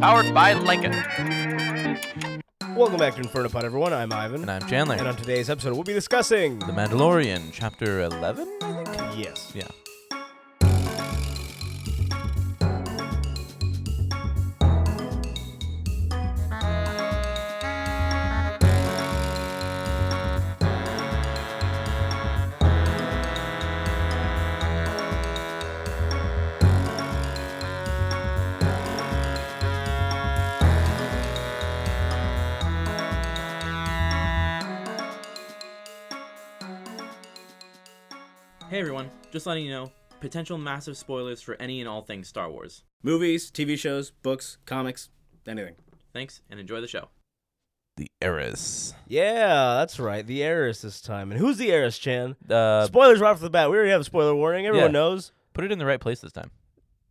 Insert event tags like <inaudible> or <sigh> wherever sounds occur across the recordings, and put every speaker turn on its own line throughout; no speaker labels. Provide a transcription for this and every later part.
Powered by Lincoln.
Welcome back to Inferno Pod, everyone. I'm Ivan.
And I'm Chandler.
And on today's episode, we'll be discussing.
The Mandalorian, Chapter 11, I think?
Yes.
Yeah.
Hey everyone, just letting you know, potential massive spoilers for any and all things Star Wars.
Movies, TV shows, books, comics, anything.
Thanks and enjoy the show.
The Eris.
Yeah, that's right. The heiress this time. And who's the heiress, Chan?
Uh,
Spoilers right off the bat. We already have a spoiler warning. Everyone
Yeah.
knows.
put it in the right place this time.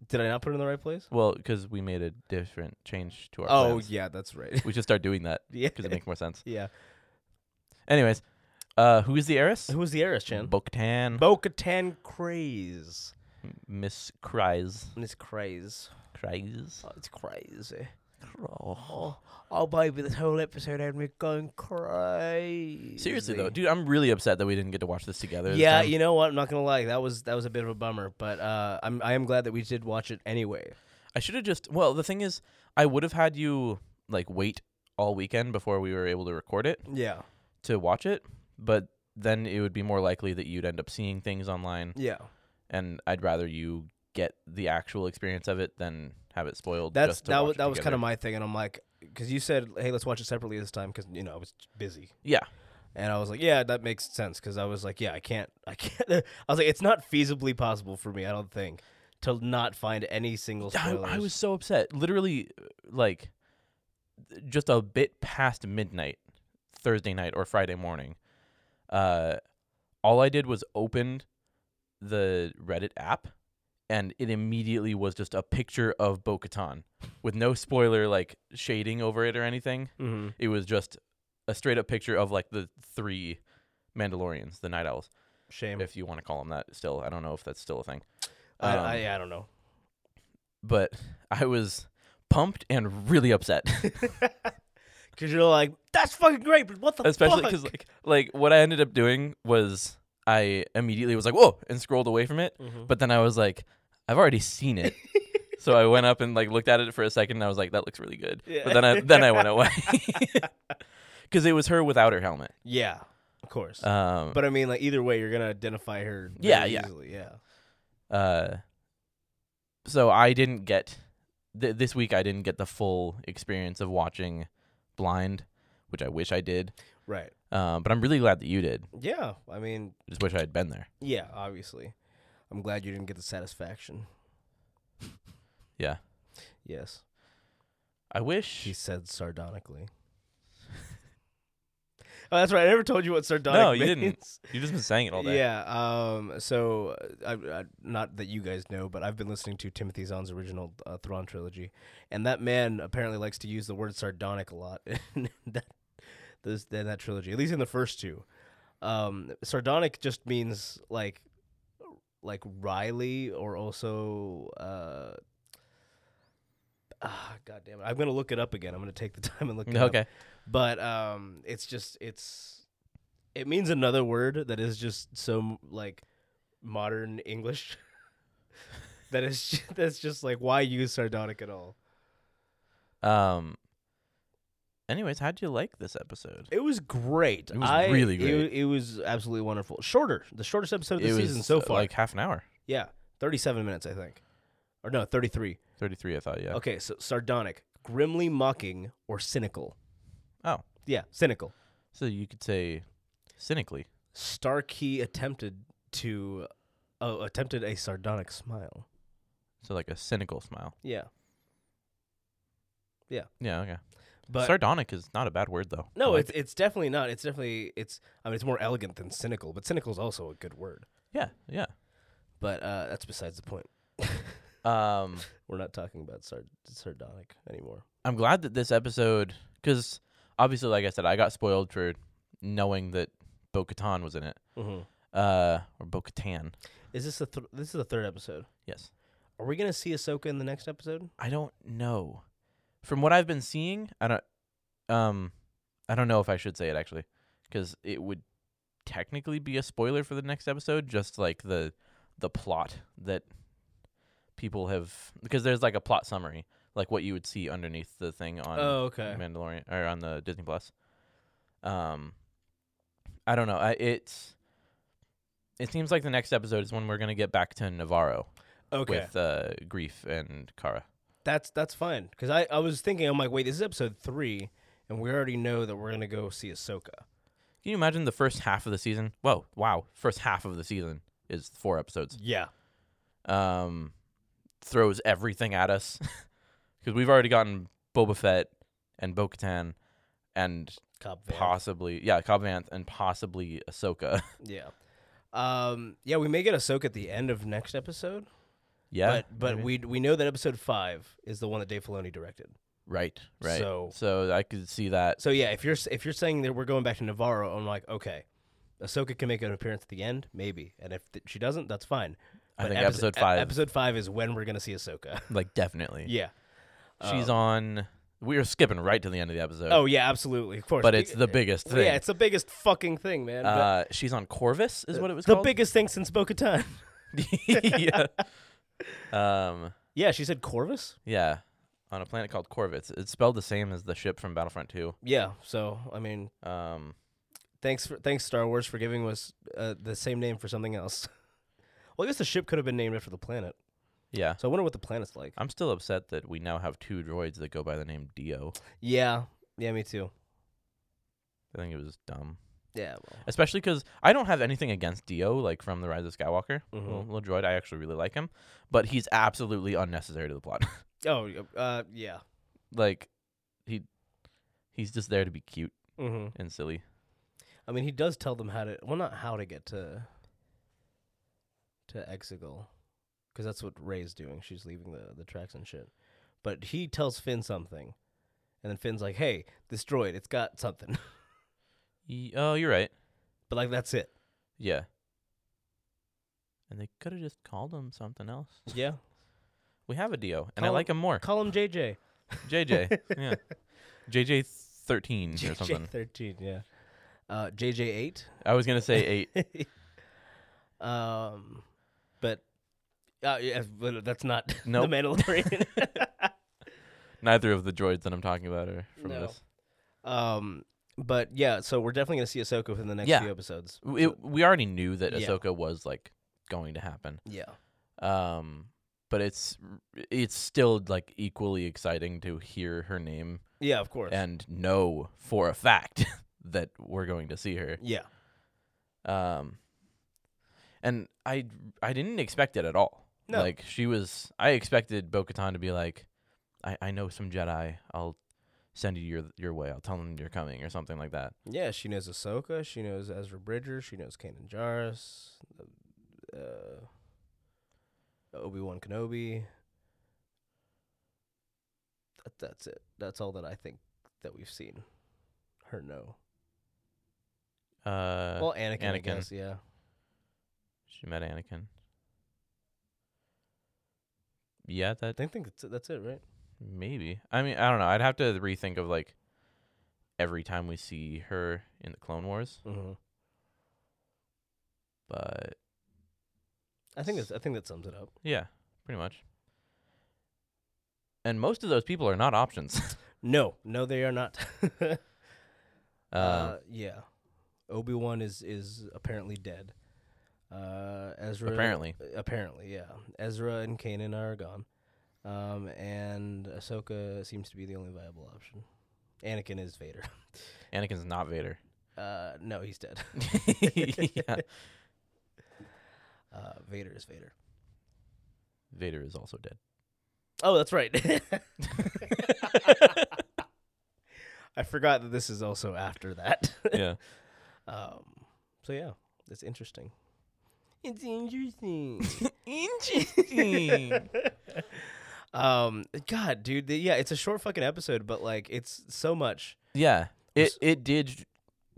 Did I not put it in the right place?
Well, because we made a different change to our
Oh,
plans.
yeah, that's
<laughs>
right.
We should start doing that
yeah.
because it makes more sense.
yeah.
Anyways, uh, who is the Eris?
Who's the heiress, Chan?
Bo-Katan.
Bo Katan Craze.
M- Miss Cries.
Miss Craze.
Cries.
Oh, it's crazy.
Oh.
Oh, baby, this whole episode had me going crazy.
Seriously though, dude, I'm really upset that we didn't get to watch this together. this
Yeah,
time.
you know what? I'm not gonna lie. That was that was a bit of a bummer, but uh, I'm I am glad that we did watch it anyway.
I should have just. Well, the thing is, I would have had you like wait all weekend before we were able to record it
Yeah,
to watch it, but then it would be more likely that you'd end up seeing things online,
yeah.
and I'd rather you get the actual experience of it than have it spoiled.
That's
just to
that
watch
was
it
that was kind
together.
of my thing, and I'm like, because you said, hey, let's watch it separately this time, because you know I was busy,
yeah.
and I was like, yeah, that makes sense, because I was like, yeah, I can't, I can't. <laughs> I was like, it's not feasibly possible for me, I don't think, to not find any single
I,
spoilers.
I was so upset. Literally, like, just a bit past midnight, Thursday night or Friday morning, uh, all I did was opened the Reddit app, and it immediately was just a picture of Bo Katan with no spoiler, like, shading over it or anything.
hmm
It was just a straight up picture of, like, the three Mandalorians, the Night Owls,
Shame.
if you want to call them that still. I don't know if that's still a thing
I,
um,
I I don't know.
but <laughs> I was pumped and really
<laughs>
upset,
Cause you're like, that's fucking great, but what the
especially
fuck?
because like like what I ended up doing was I immediately was like whoa and scrolled away from it,
Mhm.
but then I was like I've already seen
<laughs>
it, so I went up and like looked at it for a second and I was like that looks really good,
Yeah.
but then I then I
<laughs>
went away <laughs> because it was her without her helmet.
yeah, of course.
Um,
But I mean, like either way, you're gonna identify her. very
Yeah, yeah.
easily, yeah.
uh, so I didn't get th- this week. I didn't get the full experience of watching Blind, which I wish I did.
Right.
Um, but I'm really glad that you did.
Yeah. I mean,
I just wish I had been there.
yeah. Obviously, I'm glad you didn't get the satisfaction.
Yeah.
Yes,
I wish.
he said sardonically. <laughs> oh, that's right. I never told you what sardonic.
No, you didn't.
means.
You've just been saying it all day.
Yeah. Um. So, uh, I, I, not that you guys know, but I've been listening to Timothy Zahn's original uh, Thrawn trilogy, and that man apparently likes to use the word sardonic a lot <laughs> in that those in that trilogy, at least in the first two. Um, sardonic just means like like Riley or also. Uh, Ah, God damn it! I'm gonna look it up again. I'm gonna take the <laughs> time and look it up
<laughs> Okay.
but um it's just it's it means another word that is just so like modern english <laughs> that is ju- that's just like why use sardonic at all
Um. Anyways, how'd you like this episode?
it was great
It was
I-
really
it-
great.
it, was absolutely wonderful shorter the shortest episode of the season so
uh,
far
like half an hour,
yeah 37 minutes i think or no 33
thirty-three. I thought. Yeah.
okay so sardonic grimly mocking or cynical
Oh.
yeah cynical
So you could say, cynically,
Starkey attempted to oh, attempted a sardonic smile.
so like a cynical smile.
Yeah.
Yeah. Okay.
But
Sardonic is not a bad word though. I
no,
like
it's it's definitely not. It's definitely it's I mean it's more elegant than cynical, but cynical is also a good word.
it. yeah.
But uh that's besides the point.
Yeah. Um.
We're not talking about sard- sardonic anymore.
I'm glad that this episode, because obviously, like I said, I got spoiled for knowing that Bo Katan was in it,
Mhm.
uh, or Bo Katan.
Is this the th- this is the third episode?
Yes.
Are we gonna see Ahsoka in the next episode?
I don't know, from what I've been seeing, I don't um I don't know if I should say it actually cuz it would technically be a spoiler for the next episode just like the the plot that people have because there's like a plot summary like what you would see underneath the thing on
Oh, okay.
Mandalorian or on the Disney Plus. Um, I don't know. I, it's it seems like the next episode is when we're gonna get back to Navarro
Okay.
with uh, Grief and Kara.
that's that's fine. Because I, I was thinking, I'm like, wait, this is episode three, and we already know that we're gonna go see Ahsoka.
Can you imagine the first half of the season? Whoa, wow! First half of the season is four episodes.
Yeah.
Um, throws everything at us <laughs> because we've already gotten Boba Fett and Bo-Katan and
Cobb Vanth.
possibly yeah Cobb Vanth and possibly Ahsoka. <laughs>
Yeah. Um. Yeah, we may get Ahsoka at the end of next episode.
yeah,
but but
maybe.
we we know that episode five is the one that Dave Filoni directed.
right right.
So
So I could see that.
so yeah, if you're s- if you're saying that we're going back to Navarro, I'm like, okay, Ahsoka can make an appearance at the end, maybe, and if th- she doesn't, that's fine.
I
But
think
epis-
episode
e-
five,
episode five is when we're gonna see Ahsoka. <laughs>
like definitely.
yeah.
She's
Um,
on. We are skipping right to the end of the episode.
Oh yeah, absolutely, of course.
but
Be-
it's the biggest
Well,
thing.
Yeah, it's the biggest fucking thing, man. But
uh, she's on Corvus, is what it was
the
called.
biggest thing since bo
<laughs> yeah. Um.
<laughs> yeah, she said Corvus.
Yeah. On a planet called Corvus. It's spelled the same as the ship from Battlefront Two.
Yeah. So I mean,
Um.
thanks for thanks Star Wars for giving us uh, the same name for something else. <laughs> Well, I guess the ship could have been named after the planet.
Yeah.
So I wonder what the planet's like.
I'm still upset that we now have two droids that go by the name Dio.
Yeah. Yeah, me too.
I think it was dumb,
Yeah. Well.
especially because I don't have anything against Dio, like from the Rise of Skywalker.
Mhm.
Little, little droid, I actually really like him, but he's absolutely unnecessary to the plot. <laughs>
Oh, y- uh, yeah.
like he he's just there to be cute
Mm-hmm.
and silly.
I mean, he does tell them how to. Well, not how to get to to Exegol, because that's what Ray's doing. She's leaving the the tracks and shit. But he tells Finn something, and then Finn's like, "Hey, this droid, it's got something." <laughs>
Ye- oh, you're right.
but like, that's it.
Yeah. And they could have just called him something else.
Yeah.
We have a Dio, and I
Call
like him
<laughs>
more.
Call him JJ.
JJ.
<laughs>
yeah. JJ thirteen or
JJ
something.
thirteen. Yeah. Uh, JJ eight.
I was gonna say
<laughs>
eight.
um, but. Uh, yeah, but that's not <laughs>
Nope. <laughs>
the Mandalorian.
Neither of the droids that I'm talking about are from
No.
this.
Um, but yeah, so we're definitely gonna see Ahsoka within the next
Yeah.
few episodes.
W- It, we already knew that
Yeah.
Ahsoka was like going to happen.
Yeah,
Um, but it's it's still like equally exciting to hear her name
yeah, of course.
and know for a fact <laughs> that we're going to see her.
yeah,
Um, and I I didn't expect it at all.
No.
Like she was, I expected Bo-Katan to be like, I, I know some Jedi. I'll send you your your way. I'll tell them you're coming or something like that.
yeah, she knows Ahsoka. She knows Ezra Bridger. She knows Kanan Jarrus. Uh, Obi Wan Kenobi. That, that's it. That's all that I think that we've seen. Her no.
Uh,
well, Anakin. I
Anakin.
guess, yeah.
she met Anakin. Yeah,
I
that
think think that's it, that's it, right?
maybe. I mean, I don't know. I'd have to rethink of like every time we see her in the Clone Wars,
Mm-hmm.
but
I think that's, I think that sums it up.
Yeah, pretty much. And most of those people are not options. <laughs>
No, no, they are not. <laughs>
uh,
Uh, yeah. Obi Wan is is apparently dead. Uh, Ezra
apparently,
apparently yeah. Ezra and Kanan are gone, um, and Ahsoka seems to be the only viable option. Anakin is Vader. <laughs>
Anakin's not Vader.
Uh, no, he's <laughs> dead.
yeah,
Uh, Vader is Vader.
Vader is also
<laughs>
dead.
Oh, that's <laughs> right. I forgot that this is also after that. <laughs>
Yeah,
Um, so yeah, that's interesting. It's interesting.
interesting.
<laughs> um, God, dude, the, yeah, it's a short fucking episode, but like, it's so much.
<laughs> yeah, it
Was-
it did j-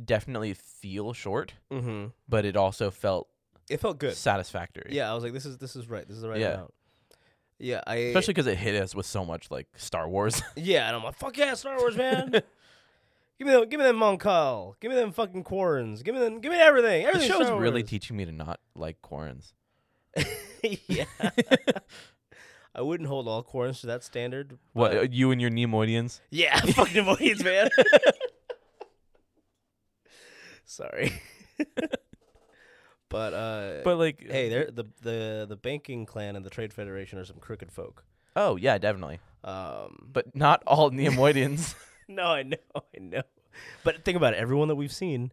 definitely feel short,
Mm-hmm.
but it also felt
It felt good.
satisfactory.
Yeah, I was like, this is this is right. This is the right
Yeah.
amount. Yeah, I
especially because it hit us with so much like Star Wars.
<laughs>
<laughs>
yeah, and I'm like, fuck yeah, Star Wars, man. give me them, give me them Mon Cal, give me them fucking Quarrens, give me them, give me everything.
the
Everything.
show is
Star
really
Wars.
teaching me to not like Quarrens.
<laughs>
<laughs>
yeah. I wouldn't hold all Quarrens to that standard.
What
but-
uh, you and your Nemoidians?
Yeah, <laughs> fuck Nemoids, man. Sorry. <laughs> but uh
But like,
hey, they're, the the the banking clan and the trade federation are some crooked folk.
<laughs> oh yeah, definitely.
Um
But not all Nemoidians.
<laughs>
<laughs>
no, I know, I know. But think about it, everyone that we've seen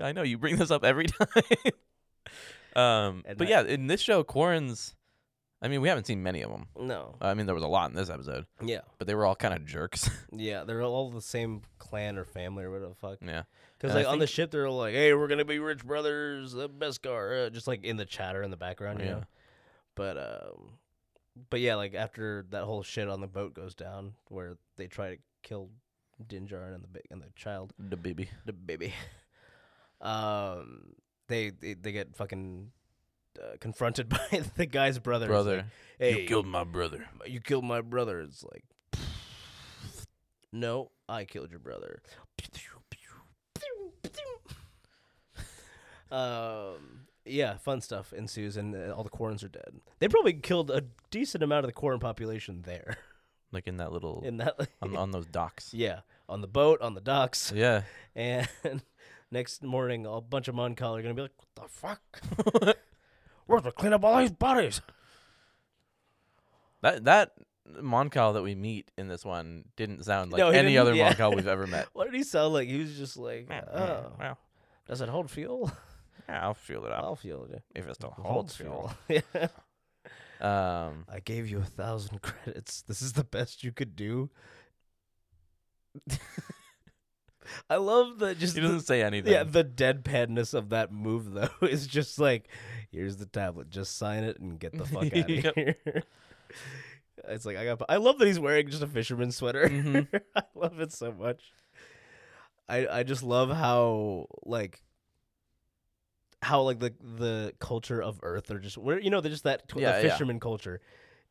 I know you bring this up every <laughs> time. um,
And
but
I-
yeah, in this show, Quarrens. I mean, we haven't seen many of them.
No.
I mean, there was a lot in this episode,
Yeah.
but they were all kind of jerks. <laughs>
Yeah, they're all the same clan or family or whatever the fuck.
yeah,
Because
And I
like on the
think-
ship, they're all like, "Hey, we're gonna be rich brothers, the best car," uh, just like in the chatter in the background, you
Yeah.
know. But um, but yeah, like after that whole shit on the boat goes down, where they try to kill Dinjarin and the big and the child,
the baby.
the baby. <laughs> um, they they, they get fucking uh, confronted <laughs> by the guy's brother. He's
brother.
like, hey,
my brother.
you killed my brother. It's like, no, I killed your brother. um, yeah, fun stuff ensues, and uh, all the Corns are dead. They probably killed a decent amount of the Corn population there.
Like in that little
In that,
on, on those docks.
<laughs> yeah, on the boat, on the docks,
Yeah.
and <laughs> next morning, a bunch of Moncal are gonna be like, "What the fuck? <laughs> We're gonna clean up all these bodies."
That that Moncal that we meet in this one didn't sound like
No, he
any
didn't-
other
yeah.
Moncal we've
<laughs>
ever met.
What did he sound like? He was just like,
Yeah,
"Oh,
yeah, well,
does it hold fuel?"
yeah, I'll fuel
<laughs>
it up
I'll fuel you.
if it still
Uh, Hold
holds
fuel. <laughs>
fuel. Um,
I gave you a thousand <laughs> credits. This is the best you could do. <laughs> I love the just
he doesn't
the,
say anything.
yeah the deadpanness of that move though. <laughs> It's just like, here's the tablet. Just sign it and get
<laughs>
the fuck out of
Yep.
here. <laughs> It's like I got. I love that he's wearing just a fisherman's sweater.
Mhm.
<laughs> I love it so much. I I just love how like how like the the culture of Earth or just where you know they're just that tw-
Yeah,
the
yeah.
fisherman culture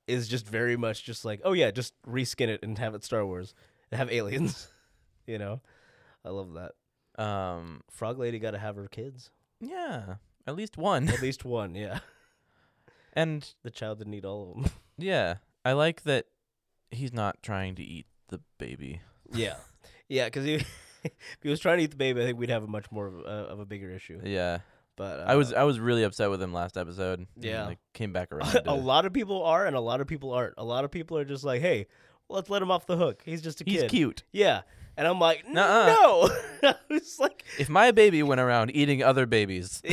is just very much just like oh yeah just reskin it and have it Star Wars and have aliens <laughs> you know I love that
Um,
Frog Lady got to have her kids
yeah, at least one. <laughs>
at least one yeah
And
<laughs> the child didn't need all of
<laughs>
them
yeah, I like that he's not trying to eat the baby.
yeah yeah because he. <laughs> If he was trying to eat the baby, I think we'd have a much more of a, of a bigger issue.
Yeah,
But uh, <laughs>
I <laughs> was I was really upset with him last episode. and then,
Yeah.
like, came
<laughs>
back around. to-
a lot of people are and a lot of people aren't. A lot of people are just like, "Hey, let's let him off the hook. He's just a
He's
kid."
cute.
Yeah. And I'm like,
Nuh-uh.
"No." <laughs> I was like,
If my baby went around eating other
<laughs>
babies,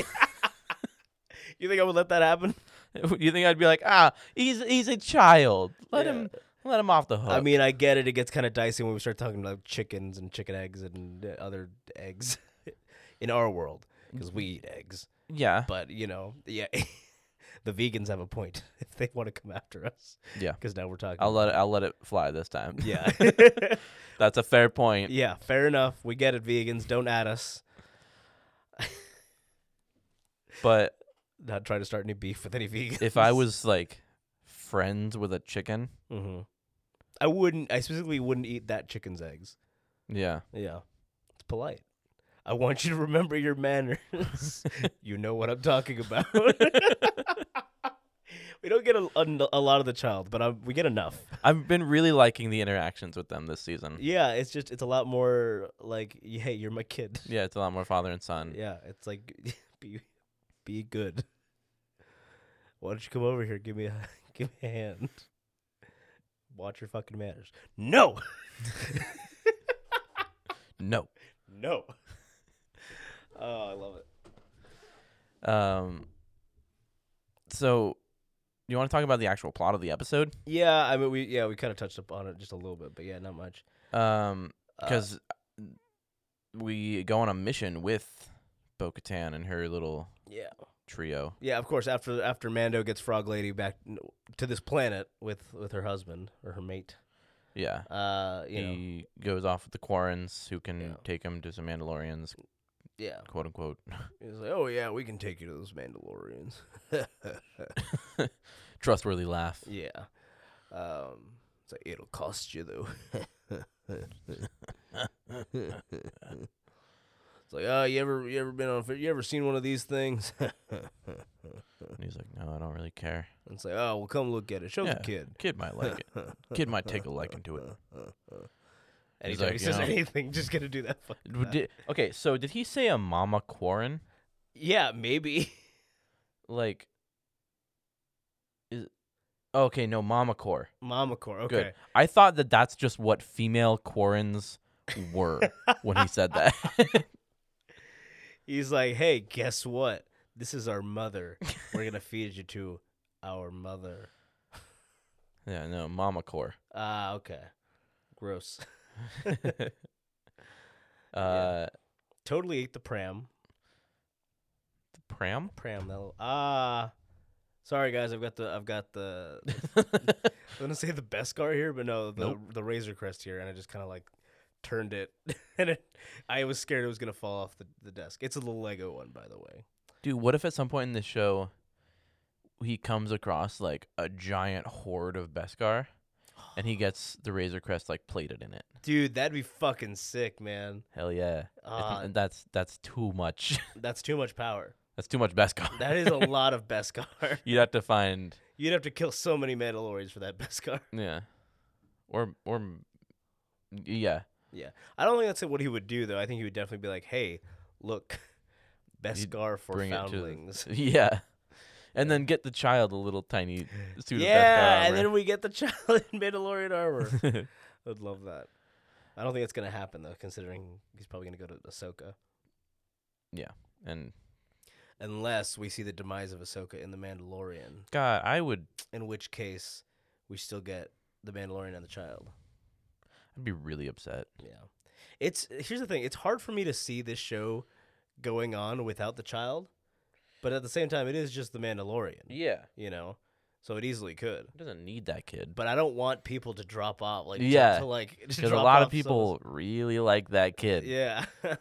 "You think I would let that happen?"
<laughs> you think I'd be like, ah, he's he's a child. Let
Yeah.
him let him off the hook.
I mean, I get it. It gets kind of dicey when we start talking about chickens and chicken eggs and uh, other eggs <laughs> in our world because we eat eggs.
yeah,
But, you know, yeah. <laughs> the vegans have a point <laughs> if they want to come after us.
Yeah.
Cuz now we're talking
I'll let it, I'll let it fly this time.
<laughs>
<laughs>
Yeah.
that's a fair point.
<laughs> Yeah, fair enough. We get it, vegans. Don't add us.
But
Not trying to start any beef with any <laughs> vegans.
if I was like friends with a chicken,
hmm I wouldn't. I specifically wouldn't eat that chicken's eggs.
yeah,
Yeah, it's polite. I want you to remember
<laughs>
your manners. you know what I'm talking about. <laughs> we don't get a, a, a lot of the child, but I, we get
<laughs>
enough.
I've been really liking the interactions with them this season.
Yeah, it's just it's a lot more like, hey, you're my kid.
Yeah, it's a lot more father and son.
Yeah, it's like <laughs> be be good. Why don't you come over here? Give me a <laughs> give me a hand. Watch your fucking manners. No,
No.
no. <laughs> Oh, I love it.
Um. So, you want to talk about the actual plot of the episode?
Yeah, I mean, we yeah we kind of touched upon it just a little bit, but yeah, not much.
Um,
Uh,
because we go on a mission with Bo-Katan and her little
yeah,
trio.
yeah, of course. After after Mando gets Frog Lady back n- to this planet with with her husband or her mate,
Yeah.
uh, you know,
Mm. he goes off with the Quarrens, who can
Yeah.
take him to some Mandalorians.
Yeah.
quote unquote.
He's like, oh yeah, we can take you to those Mandalorians. <laughs>
Trustworthy laugh.
yeah. Um, it's like it'll cost you though. it's like, oh, you ever you ever been on a fi- you ever seen one of these things? <laughs>
And he's like, no, I don't really care.
it's like, oh, well, come look at it. Show
Yeah.
the kid.
Kid might
<laughs>
like it. Kid might take a liking to it. He's
Anytime
like,
he
you
says
know-
anything, just gonna do that. Fucking
W- Did, okay, so did he say a mama quarren?
Yeah, maybe. <laughs>
Like, is okay? No, mama core.
Mama core. Okay.
Good. I thought that that's just what female quarrens were when he said that. <laughs>
He's like, hey, guess what? This is our mother. We're gonna <laughs> feed you to our mother.
yeah, no, mama core.
Ah, okay. Gross. <laughs>
uh,
Totally ate the pram.
pram.
Pram. That little, ah. Sorry guys, I've got the I've got the <laughs> I'm gonna say the best car here, but no, the the razor crest here, and I just kind of like turned it, <laughs> and it, I was scared it was gonna fall off the, the desk. It's a little Lego one, by the way.
Dude, what if at some point in the show he comes across like a giant horde of Beskar and he gets the Razor Crest like plated in it?
Dude, that'd be fucking sick, man.
Hell yeah. I
Ah,
think that's that's too much. <laughs>
that's too much power.
that's too much Beskar.
That is a lot of Beskar.
You'd have to find
You'd have to kill so many Mandalorians for that Beskar.
yeah. Or or m- yeah. <laughs>
I don't think that's what he would do, though. I think he would definitely be like, "Hey, look, <laughs>
You'd
Beskar for
bring it to the- <laughs>
foundlings."
Yeah. And then get the child a little tiny suit
Yeah,
of
and
Beskar
then we get the <laughs> child in Mandalorian armor.
<laughs> armor.
I'd love that. I don't think that's gonna happen though, considering he's probably gonna go to Ahsoka,
and
unless we see the demise of Ahsoka in the Mandalorian,
God, I would
in which case we still get the Mandalorian and the child.
I'd be really upset.
Yeah, it's here's the thing. It's hard for me to see this show going on without the child, but at the same time, it is just the Mandalorian.
Yeah.
You know, so it easily could.
Doesn't need that kid.
But <laughs> I don't want people to drop off. Like to-
Yeah,
to, like <laughs> to
Because a
drop
lot
off
of
so-
people really like that kid.
<laughs> Yeah. <laughs>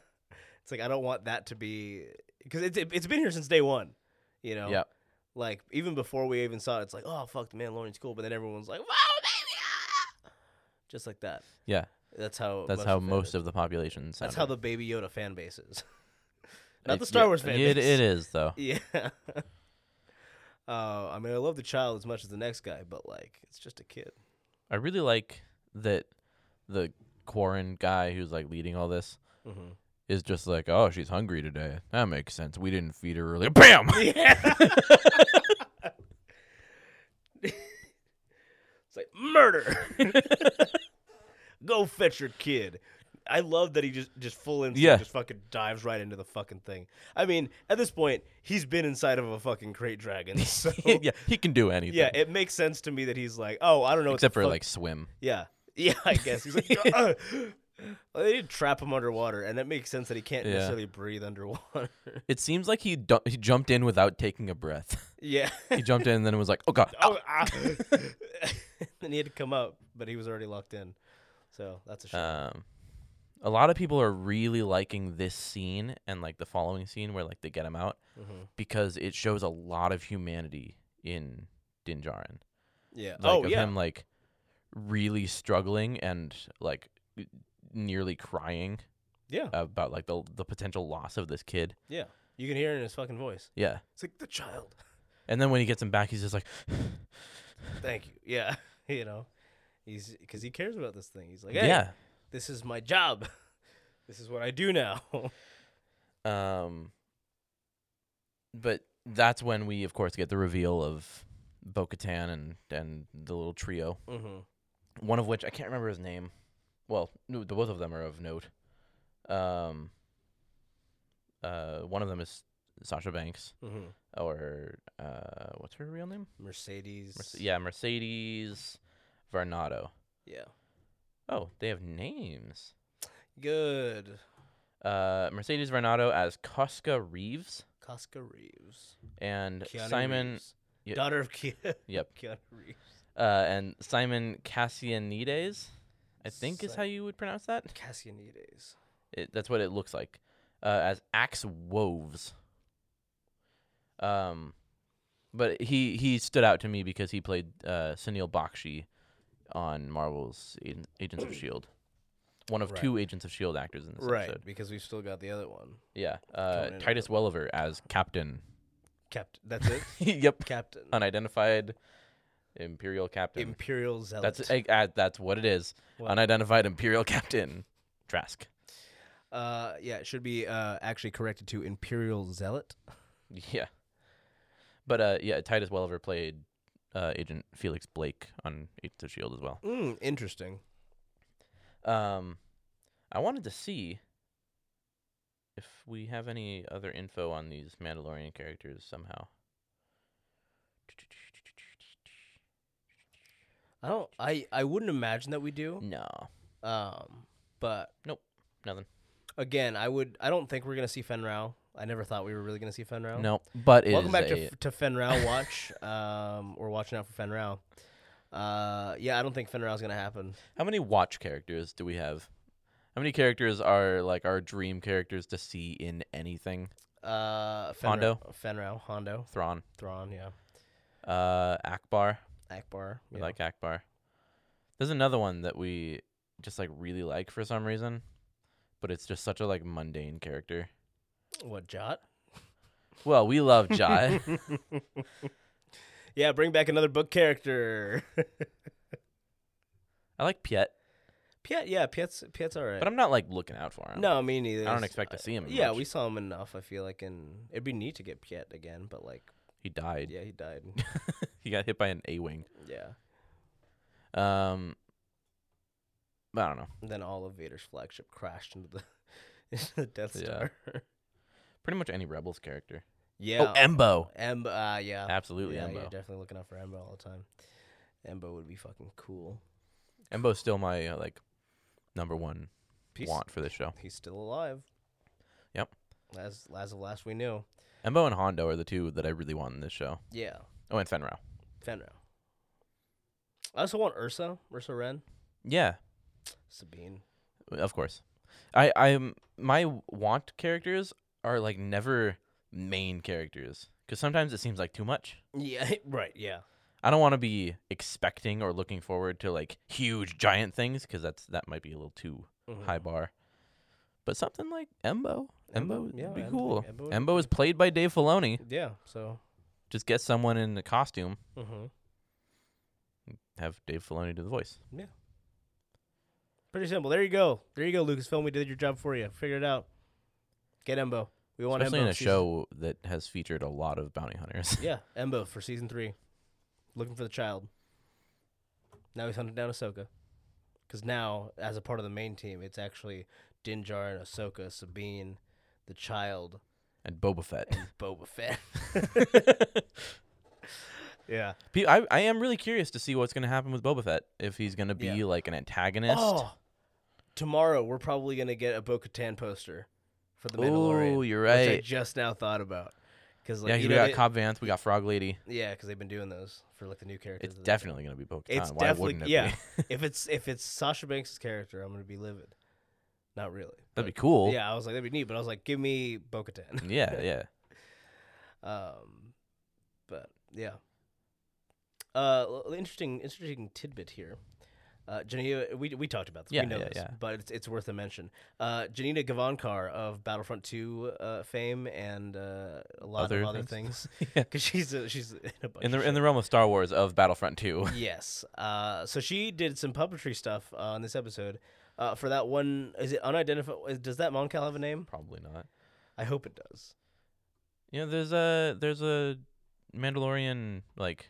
it's like I don't want that to be because it's it's been here since day one, you know.
Yep.
Like even before we even saw it, it's like oh fuck the Mandalorian's cool, but then everyone's like wow baby, ah!" just like that.
Yeah.
That's how.
That's
most
how
of it
most
is.
of the population sounds.
That's how the Baby Yoda fan base is. <laughs> Not the Star Wars fan
It,
base.
it is though.
yeah. <laughs> Uh, I mean, I love the child as much as the next guy, but like, it's just a kid.
I really like that the Quarren guy who's like leading all this
Mm-hmm.
is just like, oh, she's hungry today. That makes sense. We didn't feed her earlier. Bam.
Yeah. it's like murder. Go fetch your kid. I love that he just just full instinct
Yeah.
just fucking dives right into the fucking thing. I mean, at this point, he's been inside of a fucking crate dragon. <laughs> So yeah.
<laughs> yeah, he can do anything.
it makes sense to me that he's like, oh, I don't know, what the
except for
fuck-
like swim.
yeah, <laughs> yeah, I guess
<laughs>
he's like, uh, well, they did trap him underwater, and that makes sense that he can't
Yeah.
necessarily breathe underwater. <laughs>
It seems like he du- he jumped in without taking a breath. <laughs>
yeah.
he jumped in and then was like, oh <laughs> god.
Oh, ah. <laughs> then he had to come up, but he was already locked in. So that's a shame.
Um, a lot of people are really liking this scene and like the following scene where like they get him out
Mhm.
because it shows a lot of humanity in Din Djarin.
yeah.
Like,
oh
of
yeah.
him like really struggling and like n- nearly crying
yeah.
about like the the potential loss of this kid.
Yeah. You can hear it in his fucking voice.
Yeah.
It's like the child.
And then when he gets him back, he's just like, <sighs>
Thank you. Yeah. <laughs> you know, he's because he cares about this thing. He's like, hey,
yeah.
this is my job. <laughs> This is what I do now. <laughs>
Um. But that's when we, of course, get the reveal of Bo-Katan and and the little trio.
mm-hmm.
one of which I can't remember his name. Well, no, the both of them are of note. Um, uh, one of them is Sasha Banks,
Mm-hmm.
or uh, what's her real name?
Mercedes.
Merce- yeah, Mercedes Varnado.
Yeah.
Oh, they have names.
Good.
Uh, Mercedes Varnado as Cosca Reeves
Costco Reeves.
and
Keanu
Simon,
Reeves.
yeah.
Daughter of <laughs> Keanu.
Yep.
Keanu Reeves.
uh, and Simon Cassianides. I think is
Si-
how you would pronounce that.
Cassianides.
It, that's what it looks like. uh, as Axe Woves. Um, but he he stood out to me because he played uh, Sunil Bakshi on Marvel's Agen- Agents of Shield, E one of
Right.
two Agents of Shield E actors in this
right,
episode.
because we've still got the other one.
Yeah, uh,
in at
Titus Welliver as Captain. <laughs>
Captain. That's it.
yep,
Captain.
unidentified Imperial Captain.
Imperial Zealot.
that's I, I, that's what it is.
Wow.
Unidentified Imperial <laughs> Captain Trask.
Uh, yeah, it should be uh, actually corrected to Imperial Zealot.
Yeah. But uh, yeah, Titus Welliver played uh, Agent Felix Blake on Agents of Shield E as well.
Mm, interesting.
Um, I wanted to see if we have any other info on these Mandalorian characters somehow.
I don't. I I wouldn't imagine that we do.
No,
Um, but
Hmm. nothing.
again, I would. I don't think we're gonna see Fen Rao. I never thought we were really gonna see Fen Rao.
No, but it is
Welcome back
a-
to f- to Fen Rao Watch. <laughs> um, we're watching out for Fen Rao. Uh, yeah, I don't think Fen Rao's gonna happen.
How many watch characters do we have? How many characters are like our dream characters to see in anything?
Uh, Fen
Hondo?
Rao- Fen Rao, Hondo,
Thrawn,
Thrawn, yeah,
uh, Akbar.
Akbar.
We
yeah.
like Akbar. There's another one that we just like really like for some reason, but it's just such a like mundane character.
what Jot?
Well, we love Jai.
<laughs>
<laughs>
yeah, bring back another book character. <laughs>
I like Piet,
Piet, yeah, Piet's Piet's all right.
but I'm not like looking out for him.
No, me neither.
I don't
It's- uh,
expect to see him.
Yeah,
much.
we saw him enough. I feel like, and it'd be neat to get Piet again, but like,
he died.
yeah, he died.
<laughs> he got hit by an A-wing.
yeah.
Um, I don't know.
And then all of Vader's flagship crashed into the, <laughs> into the Death
Yeah. Oh,
Star. <laughs>
Pretty much any Rebels character.
Yeah.
Oh, Embo.
Embo. Uh, yeah.
Absolutely,
yeah, You're
Embo.
definitely looking out for Embo all the time. Embo would be fucking cool.
Embo's still my uh, like number one
Peace.
want for this show.
He's still alive.
Yep.
As as of last we knew.
Embo and Hondo are the two that I really want in this show.
Yeah.
Oh, and Fenrow.
Fenrir. I also want Ursa. Ursa Ren.
Yeah,
Sabine.
of course. I I'm my want characters are like never main characters because sometimes it seems like too much.
Yeah. <laughs> Right. Yeah.
I don't want to be expecting or looking forward to like huge giant things because that's that might be a little too
Mhm.
high bar. But something like Embo, Embo, would
yeah,
be
Embo-
cool.
Embo would
Embo is played by Dave Filoni.
Yeah. So.
Just get someone in a costume,
hmm
have Dave Filoni do the voice.
Pretty simple. There you go. There you go, Lucasfilm. We did your job for you. Figure it out. Get Embo. We want
Especially
Embo
in a
season-
show that has featured a lot of bounty hunters. <laughs>
Yeah, Embo for season three. Looking for the child. Now he's hunting down Ahsoka. Because now, as a part of the main team, it's actually Din Djarin, Ahsoka, Sabine, the child,
and Boba Fett.
and Boba Fett. <laughs> yeah.
Pe- I, I am really curious to see what's going to happen with Boba Fett. If he's going to be
Yeah.
like an antagonist.
Oh, tomorrow we're probably gonna get a Bo Katan poster for the Mandalorian.
Ooh, you're
Which I
right.
just now thought about. Because like
yeah,
you
'cause we
know
got
they-
Cobb Vance, we got Frog Lady.
Yeah, because they've been doing those for like the new characters.
It's
that they've done.
definitely going to be Bo
It's
Katan. Why
definitely
wouldn't it
yeah.
be?
<laughs> if it's if it's Sasha Banks' character, I'm gonna be livid. Not really.
That'd be
but-
cool.
Yeah, I was like that'd be neat, but I was like, give me
<laughs>
Bo-Katan. <laughs>
yeah, yeah.
um, but yeah. Uh, l- interesting, interesting tidbit here. Uh, Janina, we we talked about this.
Yeah,
we know
yeah,
this,
yeah.
but it's it's worth a mention. Uh, Janina Gavankar of Battlefront 2 uh, fame and uh, a lot
Other
of other
things.
things,
<laughs> Yeah.
because she's a, she's in a bunch
In the
of shit.
in the realm of Star Wars of Battlefront
<laughs>
2.
yes. Uh, so she did some puppetry stuff uh, on this episode. Uh, for that one, is it unidentified? Does that Moncal have a name?
Probably not.
I hope it does.
You know, there's a there's a Mandalorian like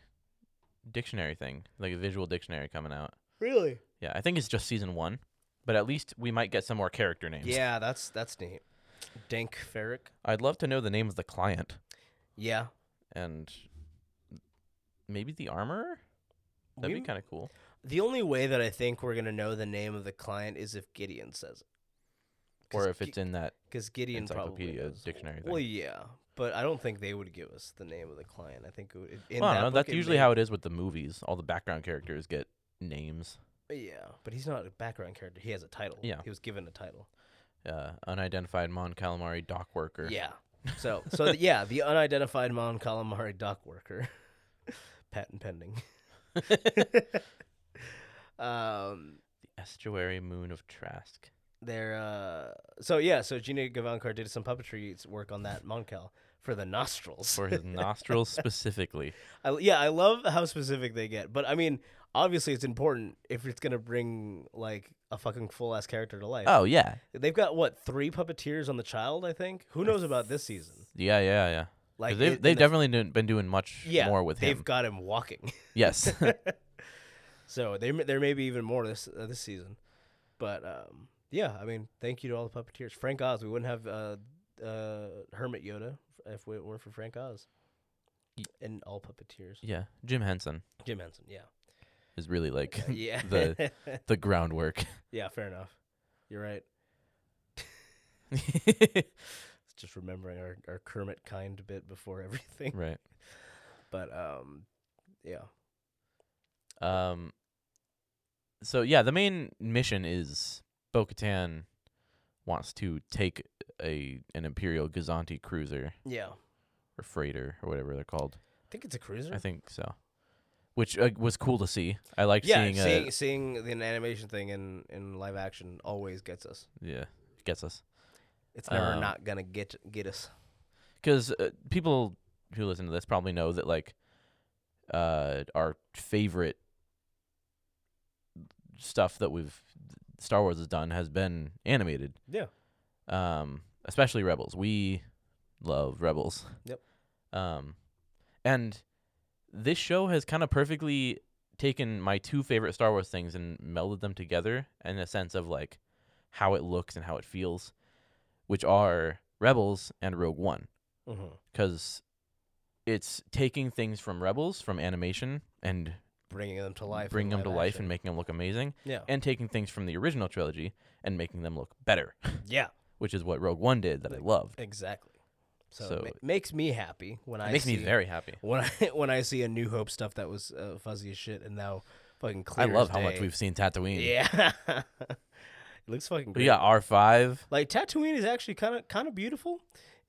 dictionary thing, like a visual dictionary coming out.
Really?
Yeah, I think it's just season 1, but at least we might get some more character names.
Yeah, that's that's neat. Dank Ferrick.
I'd love to know the name of the client.
Yeah.
and maybe the armor. That'd
We-
be kind of cool.
the only way that I think we're gonna know the name of the client is if Gideon says it.
Or if it's in that
because Gideon probably
encyclopedia
knows.
dictionary thing.
Well, yeah, but I don't think they would give us the name of the client. I think it would, in
Well, I
that
don't know.
book
That's
it
usually
may-
how it is with the movies. All the background characters get names.
Yeah, but he's not a background character. He has a title.
Yeah.
he was given a title.
uh, unidentified Mon Calamari dock worker.
Yeah.
<laughs>
So so th- yeah, the unidentified Mon Calamari dock worker, <laughs>
<laughs>
patent pending. <laughs> um,
Estuary Moon of Trask.
they're uh, so yeah, so Gina Gavankar did some puppetry s- work on that Mon Cal for the nostrils.
For
<laughs>
his nostrils specifically.
I, yeah, I love how specific they get, but I mean, obviously it's important if it's gonna bring like a fucking full ass character to life.
Oh, yeah.
They've got what three puppeteers on the child, I think. Who knows about this season?
Yeah, yeah, yeah. 'Cause
it-
they've,
in
they've
the-
definitely done- been doing much
yeah,
more with
they've
him.
got him walking. <laughs>
yes. <laughs>
So they, there may be even more this uh, this season, but um, yeah, I mean, thank you to all the puppeteers. Frank Oz, we wouldn't have uh, uh, Hermit Yoda if it weren't for Frank Oz,
Y-
and all puppeteers.
yeah. Jim Henson
Jim Henson,
<laughs>
yeah,
is really like
Uh, <laughs> yeah,
the the
<laughs>
groundwork. <laughs>
yeah, fair enough. You're right. It's just remembering our, our Kermit kind bit
<laughs>
before everything,
right.
but um, yeah,
Um. So yeah, the main mission is Bo-Katan wants to take a an Imperial Gazanti cruiser
yeah.
or freighter or whatever they're called.
I think it's a cruiser.
I think so, which uh, was cool to see. I liked
yeah,
seeing, uh,
seeing,
a
seeing the animation thing in, in live action always gets us.
yeah gets us
It's never
Um,
not gonna get get us.
because uh, people who listen to this probably know that like uh our favorite stuff that we've Star Wars has done has been animated.
Yeah.
um, especially Rebels. We love Rebels.
Yep.
Um, and this show has kind of perfectly taken my two favorite Star Wars things and melded them together in a sense of like how it looks and how it feels, which are Rebels and Rogue One,
Mm-hmm.
because it's taking things from Rebels, from animation, and
bringing them to life,
bringing
in
them to
live
life and
action.
making them look amazing,
yeah,
and taking things from the original trilogy and making them look better,
yeah,
which is what Rogue One did that I loved.
exactly. So,
So-
it ma- makes me happy when I
It makes
see,
me very happy.
when <laughs> I when I see a New Hope stuff that was uh, fuzzy as shit and now fucking
I
clear.
love
as
how much
day.
we've seen Tatooine.
yeah. <laughs> it looks fucking
We
great.
got R five.
Like Tatooine is actually kind of kind of beautiful.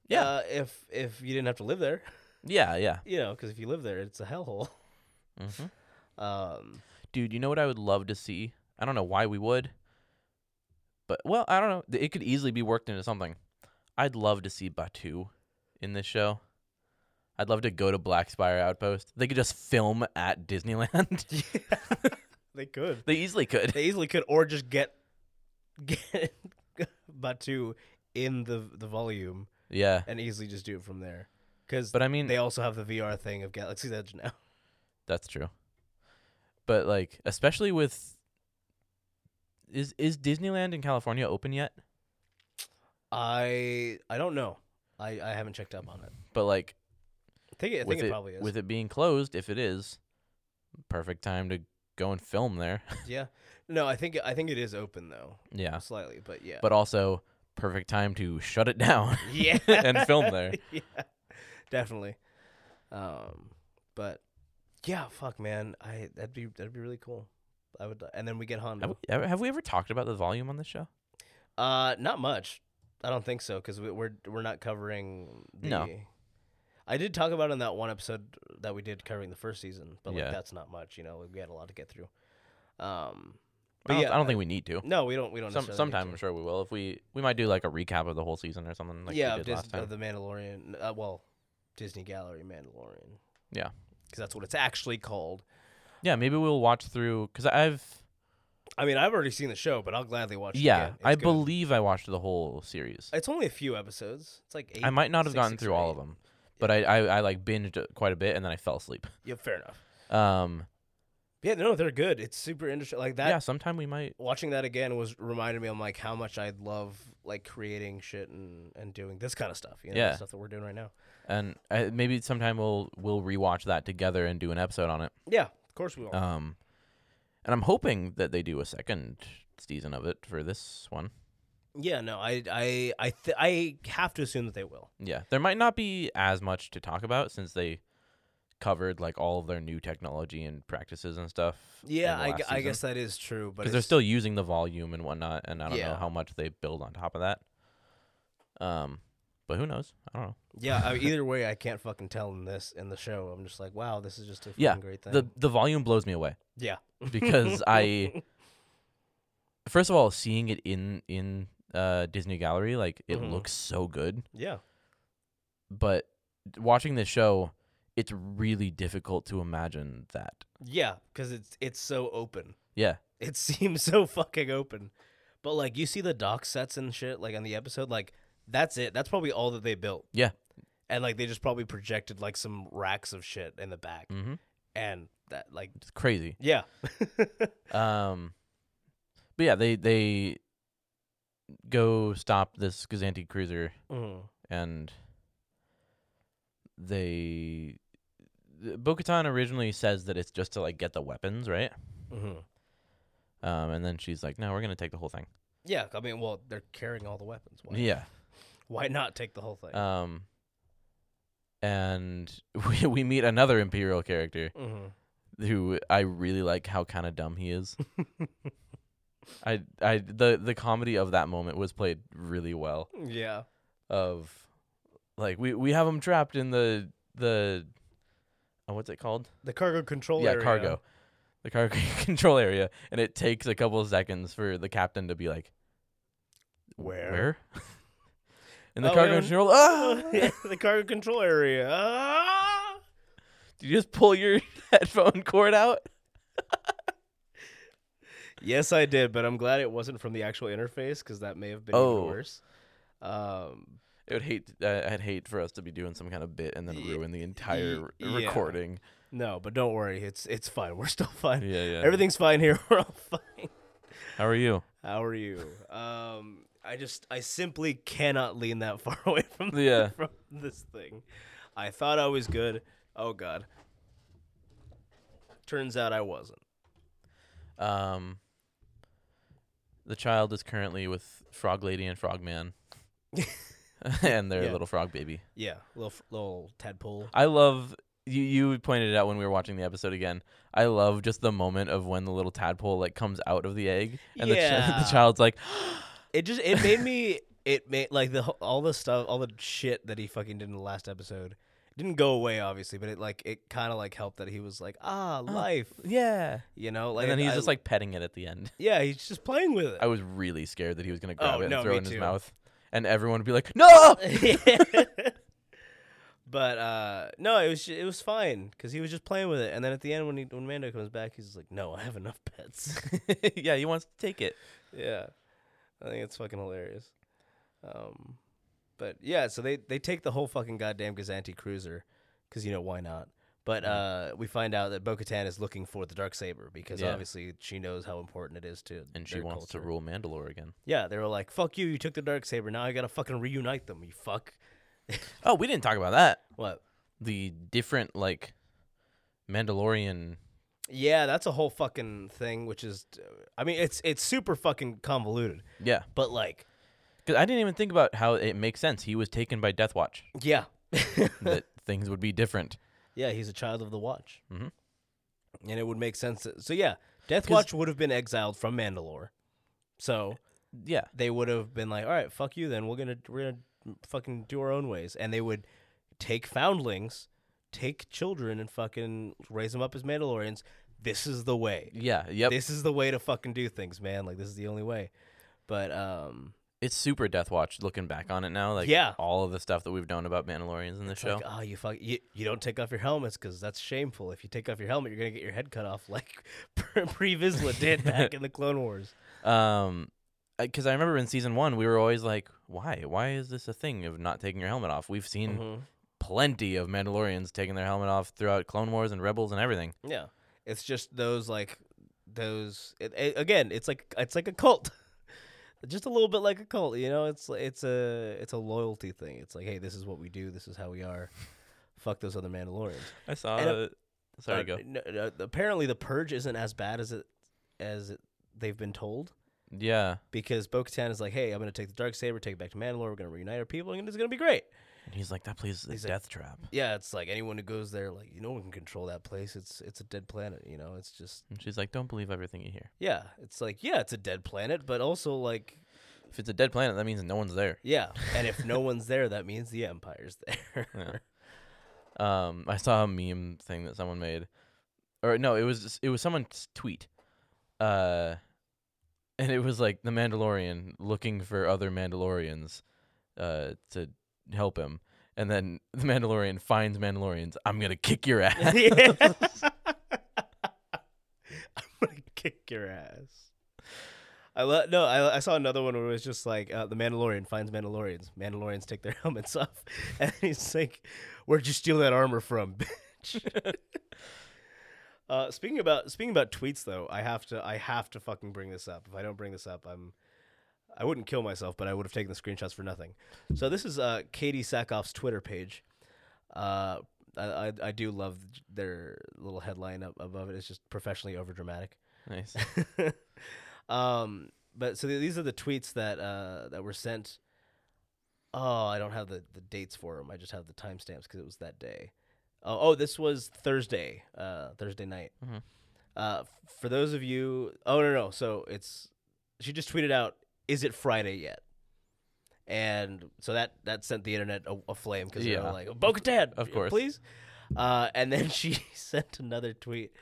Yeah.
Uh, if if you didn't have to live there,
Yeah, yeah.
you know, because if you live there, it's a hellhole. <laughs>
Mhm.
Um,
Dude, you know what I would love to see? I don't know why we would, but well, I don't know. Th- It could easily be worked into something. I'd love to see Batu in this show. I'd love to go to Black Spire Outpost. They could just film at Disneyland. <laughs>
they could.
they easily could.
They easily could, or just get <laughs> get Batu in the the volume
Yeah,
and easily just do it from there. Because
but I mean,
they also have the VR thing of Galaxy's Edge now. <laughs>
That's true. But like, especially with is is Disneyland in California open yet?
I I don't know. I, I haven't checked up on it.
But like,
I think, it- I
with
think it, probably is.
with it being closed, if it is, perfect time to go and film there. <laughs>
Yeah. No, I think I think it is open though,
yeah,
slightly. But yeah.
Ah. but also perfect time to shut it <laughs> down.
<laughs> yeah.
and film there.
<laughs> yeah. Definitely. Um. But yeah, fuck, man. I that'd be that'd be really cool. I would, and then we get Honda.
have, we, have- have we ever talked about the volume on this show?
Uh, not much. I don't think so because we, we're we're not covering. The...
No.
I did talk about it in that one episode that we did covering the first season, but like
Yeah.
that's not much. You know, we had a lot to get through. Um,
I
but
don't,
yeah,
I don't think we need to.
no, we don't. We don't.
Some,
necessarily need
sometime I'm
to.
sure we will. If we we might do like a recap of the whole season or something like
yeah,
we did
Dis-
last time.
uh, the Mandalorian. Uh, well, Disney Gallery Mandalorian.
Yeah.
because that's what it's actually called.
yeah, maybe we'll watch through because I've
I mean, I've already seen the show, but I'll gladly watch. it
yeah
again. It's
I
good.
believe I watched the whole series.
it's only a few episodes. It's like eight.
I might not have
six-
gotten
six
through
or
all
eight.
of them, but I, I, I like binged it quite a bit and then I fell asleep.
Yeah, fair enough.
Um,
Yeah, no, they're good. It's super interesting. Like that.
yeah, sometime we might.
watching that again was reminded me on like how much I love like creating shit and and doing this kind of stuff. You know, the
Yeah.
stuff that we're doing right now.
And uh, maybe sometime we'll we'll rewatch that together and do an episode on it.
Yeah, of course we will.
Um, and I'm hoping that they do a second season of it for this one.
yeah, no, I I I th- I have to assume that they will.
Yeah, there might not be as much to talk about since they covered like all of their new technology and practices and stuff.
Yeah, I, gu- I guess that is true, but
because they're
it's-
still using the volume and whatnot, and I don't know
Yeah.
how much they build on top of that. Um, but who knows? I don't know.
yeah.
<laughs>
I, either way, I can't fucking tell in this in the show. I'm just like, wow, this is just a fucking
Yeah,
great thing.
The the volume blows me away
yeah, <laughs>
because I first of all seeing it in in uh Disney Gallery like it
Mhm.
looks so good.
yeah,
but watching this show, it's really difficult to imagine that.
yeah, because it's it's so open.
Yeah,
It <laughs> seems so fucking open, but like you see the dock sets and shit like on the episode, like that's it. That's probably all that they built.
Yeah.
and like they just probably projected like some racks of shit in the back,
mm-hmm.
and that like
it's crazy.
yeah, <laughs>
Um, but yeah, they they go stop this Gazanti cruiser
Mhm.
and they. Bo-Katan originally says that it's just to like get the weapons, right?
Mhm.
Um, and then she's like, "No, we're gonna take the whole thing."
yeah. I mean, well, they're carrying all the weapons. Why?
Yeah.
Why not take the whole thing?
Um, and <laughs> we we meet another Imperial character,
hmm
who I really like how kind of dumb he is. I I the the comedy of that moment was played really well.
<laughs> Yeah.
Of like we we have him trapped in the the oh, what's it called?
The cargo control
yeah,
area.
cargo. The cargo <laughs> control area and it takes a couple of seconds for the captain to be like
Where?
Where? <laughs> and the
Oh,
cargo
and-
control
<laughs>
ah! <laughs>
Yeah, the cargo control area. Ah!
Did you just pull your <laughs> headphone cord out?
Yes, I did, but I'm glad it wasn't from the actual interface because that may have been even
Oh.
worse. Um,
It would hate. Uh, I'd hate for us to be doing some kind of bit and then
Ye-
ruin the entire r-
yeah. <laughs>
recording.
no, but don't worry, it's it's fine. <laughs> We're still fine.
Yeah, yeah.
Everything's fine here. <laughs> We're all fine.
How are you?
How are you? Um, I just I simply cannot lean that <laughs> far away from the,
Yeah.
from this thing. I thought I was good. Oh God. Turns out I wasn't.
Um, the child is currently with Frog Lady and Frog Man,
<laughs>
and their
Yeah.
little frog baby.
Yeah, little f- little tadpole.
I love you. You pointed it out when we were watching the episode again. I love just the moment of when the little tadpole like comes out of the egg, and <laughs> the, ch-
Yeah.
the child's like,
It just it made me it made like the whole- all the stuff all the shit that he fucking did in the last episode it didn't go away obviously, but it like it kind of like helped that he was like ah life
"Yeah,"
you know like
Oh. and then he's
I-
just like petting it at the
<laughs>
end.
yeah he's just playing with it.
I was really scared that he was gonna grab
Oh,
it and
no,
throw it
me
in his
too.
mouth, and everyone would be like,
<laughs>
"No!" <laughs>
but uh, no, it was ju- it was fine because he was just playing with it, and then at the end when he, when Mando comes back, he's just like, "No, I have enough pets." <laughs>
yeah, he wants to take it.
yeah, I think it's fucking hilarious. Um, but yeah, so they they take the whole fucking goddamn Gazanti cruiser because you know why not. But uh, we find out that Bo-Katan is looking for the dark saber because
Mm-hmm. Yeah.
obviously she knows how important it is to
And she
their
wants
culture.
to rule Mandalore again.
Yeah, they were like, "Fuck you! You took the dark saber. Now I gotta fucking reunite them. You fuck."
Oh, we didn't talk about that.
What?
The different like Mandalorian.
Yeah, that's a whole fucking thing, which is, I mean, it's it's super fucking convoluted,
Yeah,
but like,
because I didn't even think about how it makes sense. He was taken by Death Watch.
yeah,
that things would be different.
yeah, he's a child of the Watch,
Mhm.
and it would make sense. that- so yeah, Death
'Cause-
Watch would have been exiled from Mandalore, so
Yeah,
they would have been like, all right, fuck you, then we're gonna we're gonna fucking do our own ways, and they would take foundlings, take children, and fucking raise them up as Mandalorians. This is the way.
yeah, yep.
This is the way to fucking do things, man. Like this is the only way. But um,
it's super Death Watch. Looking back on it now, like
Yeah.
all of the stuff that we've known about Mandalorians in the
It's
show.
Like, oh, you fuck, you, you don't take off your helmets because that's shameful. If you take off your helmet, you're gonna get your head cut off, <laughs> like Pre Vizsla did back in the Clone Wars.
Um, because I remember in season one, we were always like, "Why? Why is this a thing of not taking your helmet off?" We've seen
Mm-hmm.
plenty of Mandalorians taking their helmet off throughout Clone Wars and Rebels and everything.
Yeah, it's just those like those it, it- again. It's like it's like a cult, <laughs> just a little bit like a cult. You know, it's it's a it's a loyalty thing. It's like, hey, this is what we do. This is how we are. Fuck those other Mandalorians.
I saw.
And, uh,
it. sorry,
Uh,
go.
n- uh, apparently, the purge isn't as bad as it as it, they've been told.
Yeah,
because Bo-Katan is like, "Hey, I'm gonna take the dark saber, take it back to Mandalore. We're gonna reunite our people, and it's gonna be great."
And he's like, that place is a
He's like-
death trap.
Yeah, it's like anyone who goes there, like no one can control that place. It's it's a dead planet, you know. It's just
And she's like, don't believe everything you hear.
yeah, it's like yeah, it's a dead planet, but also like
If it's a dead planet, that means no one's there.
yeah, and if <laughs> no one's there, that means the empire's there.
Yeah. Um, I saw a meme thing that someone made, or no, it was it was someone's tweet, uh, and it was like the Mandalorian looking for other Mandalorians, uh, to help him, and then the Mandalorian finds Mandalorians. I'm gonna kick your <laughs>
<laughs>
ass.
I'm gonna <laughs> kick your ass. I love no. I, I saw another one where it was just like uh, the Mandalorian finds Mandalorians. Mandalorians take their <laughs> helmets off, and he's like, "Where'd you steal that armor from, <laughs> bitch?" uh, speaking about speaking about tweets though, I have to I have to fucking bring this up. If I don't bring this up, I'm I wouldn't kill myself, but I would have taken the screenshots for nothing. So this is uh, Katie Sackhoff's Twitter page. Uh, I, I I do love their little headline up above it. It's just professionally overdramatic.
nice.
um, but so th- these are the tweets that uh, that were sent. Oh, I don't have the, the dates for them. I just have the timestamps because it was that day. Oh, oh, this was Thursday, uh, Thursday night.
Mhm.
Uh, f- for those of you, oh no, no, so it's she just tweeted out, "Is it Friday yet?" And so that that sent the internet a- aflame because they were
Yeah.
like, "Bo-Katan,
Of course.
please." Uh, and then <laughs> she sent another tweet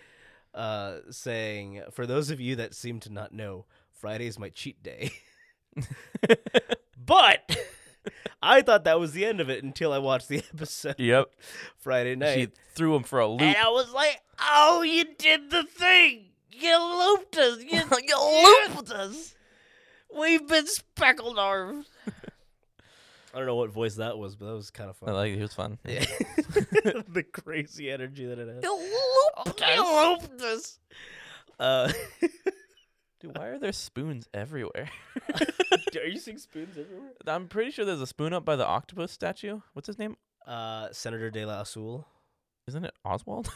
uh, saying, "For those of you that seem to not know, Friday is my cheat <laughs> day." but I thought that was the end of it until I watched the <laughs> episode
yep.
Friday night,
She threw him for a loop.
and I was like, "Oh, you did the thing! You looped <laughs> us! You, you looped us! We've been speckled arms." I don't know what voice that was, but that was kind of
I
fun.
like it. It was fun.
Yeah. <laughs> the crazy energy that it has. Oh, you looped us. Uh,
Dude, why are there spoons everywhere?
<laughs>
<laughs>
are you seeing spoons everywhere?
I'm pretty sure there's a spoon up by the octopus statue. What's his name?
Uh, Senator De La Soul.
Isn't it Oswald?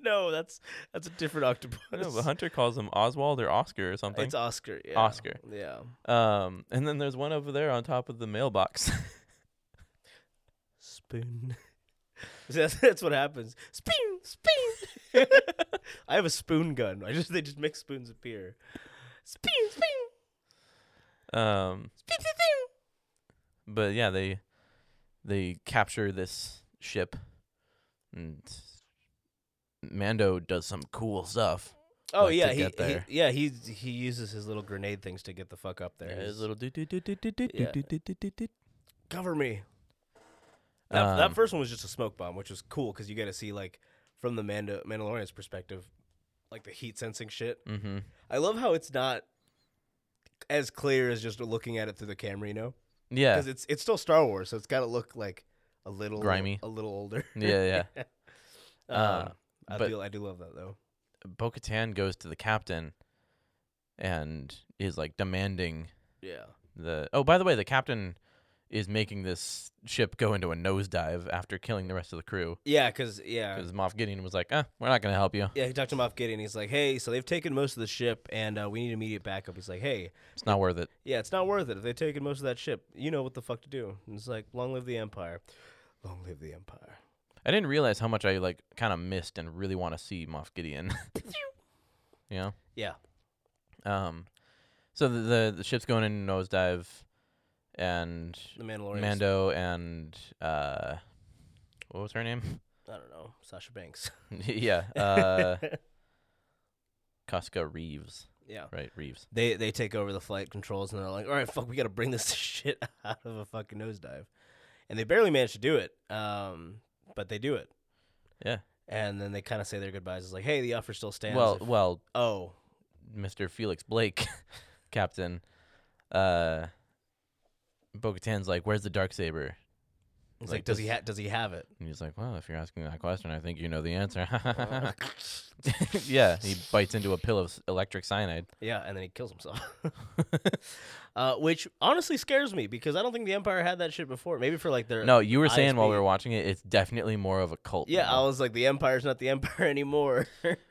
No, that's that's a different octopus.
I <laughs> know, but Hunter calls him Oswald or Oscar or something.
it's Oscar. Yeah.
Oscar.
Yeah.
Um, and then there's one over there on top of the mailbox. <laughs>
Spoon. See, that's, that's what happens. Spoon, spoon. <laughs> I have a spoon gun. I just they just make spoons appear. Spoon, spoon,
um,
spoon, spoon, spoon.
but yeah, they they capture this ship, and Mando does some cool stuff.
Oh
Like, to
yeah, he,
get there.
he yeah he he uses his little grenade things to get the fuck up there.
Yeah,
His-
his little do do do do do do
Yeah.
do do do do do.
cover me. That, that
Um,
first one was just a smoke bomb, which was cool because you got to see like from the Mando- Mandalorian's perspective, like the heat sensing shit.
Mm-hmm.
I love how it's not as clear as just looking at it through the camera, you know?
Yeah,
Because it's it's still Star Wars, so it's got to look like a little
Grimy.
a little older. <laughs>
yeah, yeah.
Uh,
Um,
I
but-
do I do love that though.
Bo-Katan goes to the captain, and is like demanding
Yeah.
the oh by the way the captain is making this ship go into a nosedive after killing the rest of the crew
Yeah, because yeah,
because Moff Gideon was like, "Uh, we're not gonna help you.
yeah. He talked to Moff Gideon. He's like, hey, so they've taken most of the ship, and uh, we need immediate backup. He's like, hey,
It's not worth it."
yeah, it's not worth it. If they've taken most of that ship, you know what the fuck to do. And it's like, long live the Empire. Long live the Empire.
I didn't realize how much I like kind of missed and really want to see Moff Gideon. <laughs> you know?
Yeah.
Um, so the the, the ship's going into nosedive, and
The Mandalorian.
Mando and uh, what was her name?
I don't know. Sasha Banks.
<laughs> yeah, uh, Casca Reeves,
<laughs> yeah.
right? Reeves.
They they take over the flight controls and they're like, all right, fuck, we got to bring this <laughs> shit out of a fucking nosedive, and they barely manage to do it. Um, but they do it.
Yeah.
And then they kind of say their goodbyes. It's like, hey, the offer still stands.
Well,
if-
well,
oh,
Mr. Felix Blake, <laughs> captain, uh, Bo Katan's like, Where's the dark saber?
it's
like
like, does he
this-
ha- does he have it?
And he's like, Well, if you're asking that question, I think you know the
<laughs>
answer. <laughs> yeah, he bites into a pill of s- electric cyanide.
Yeah, and then he kills
<laughs>
himself. <laughs> uh, which honestly scares me because I don't think the Empire had that shit before. Maybe for like their
No, you were saying while we
ISB.
were watching it, it's definitely more of a cult.
Yeah, I
now.
was like, the Empire's not the Empire <laughs> anymore.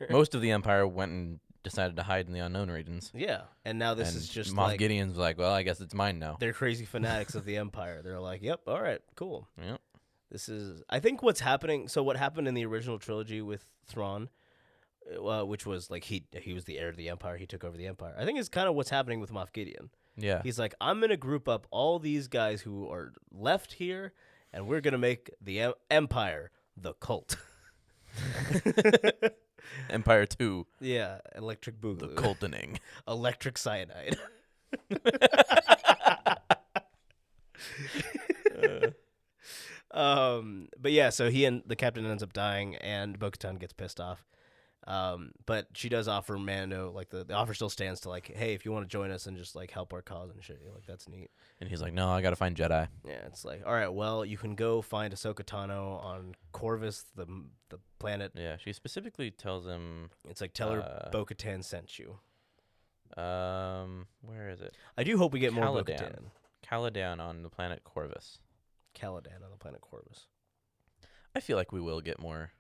most of the empire went and decided to hide in the unknown regions.
Yeah, and now this
and
is just
Moff
like
Gideon's like, well, I guess it's mine now.
they're crazy
<laughs>
fanatics of the Empire. They're like, "Yep, all right, cool."
Yep.
This is, I think, what's happening. So, what happened in the original trilogy with Thrawn, uh, which was like he he was the heir to the Empire, he took over the Empire. I think is kind of what's happening with Moff Gideon. <laughs>
Yeah.
He's like, I'm gonna group up all these guys who are left here, and we're gonna make the em- Empire the cult. <laughs>
Empire Two,
yeah, electric
the
boogaloo,
cultening.
electric cyanide. <laughs> um, but yeah, so he and the captain ends up dying, and Bo-Katan gets pissed off. Um, but she does offer Mando like the, the offer still stands to like, hey, if you want to join us and just like help our cause and shit, like that's neat.
and he's like, no, I gotta find Jedi.
Yeah, it's like, all right, well, you can go find Ahsoka Tano on Corvus, the the planet.
Yeah. She specifically tells him,
It's like tell her
Uh,
Bo-Katan sent you.
um, where is it?
I do hope we get more
Caladan.
Bo-Katan.
Caladan on the planet Corvus.
Caladan on the planet Corvus.
I feel like we will get more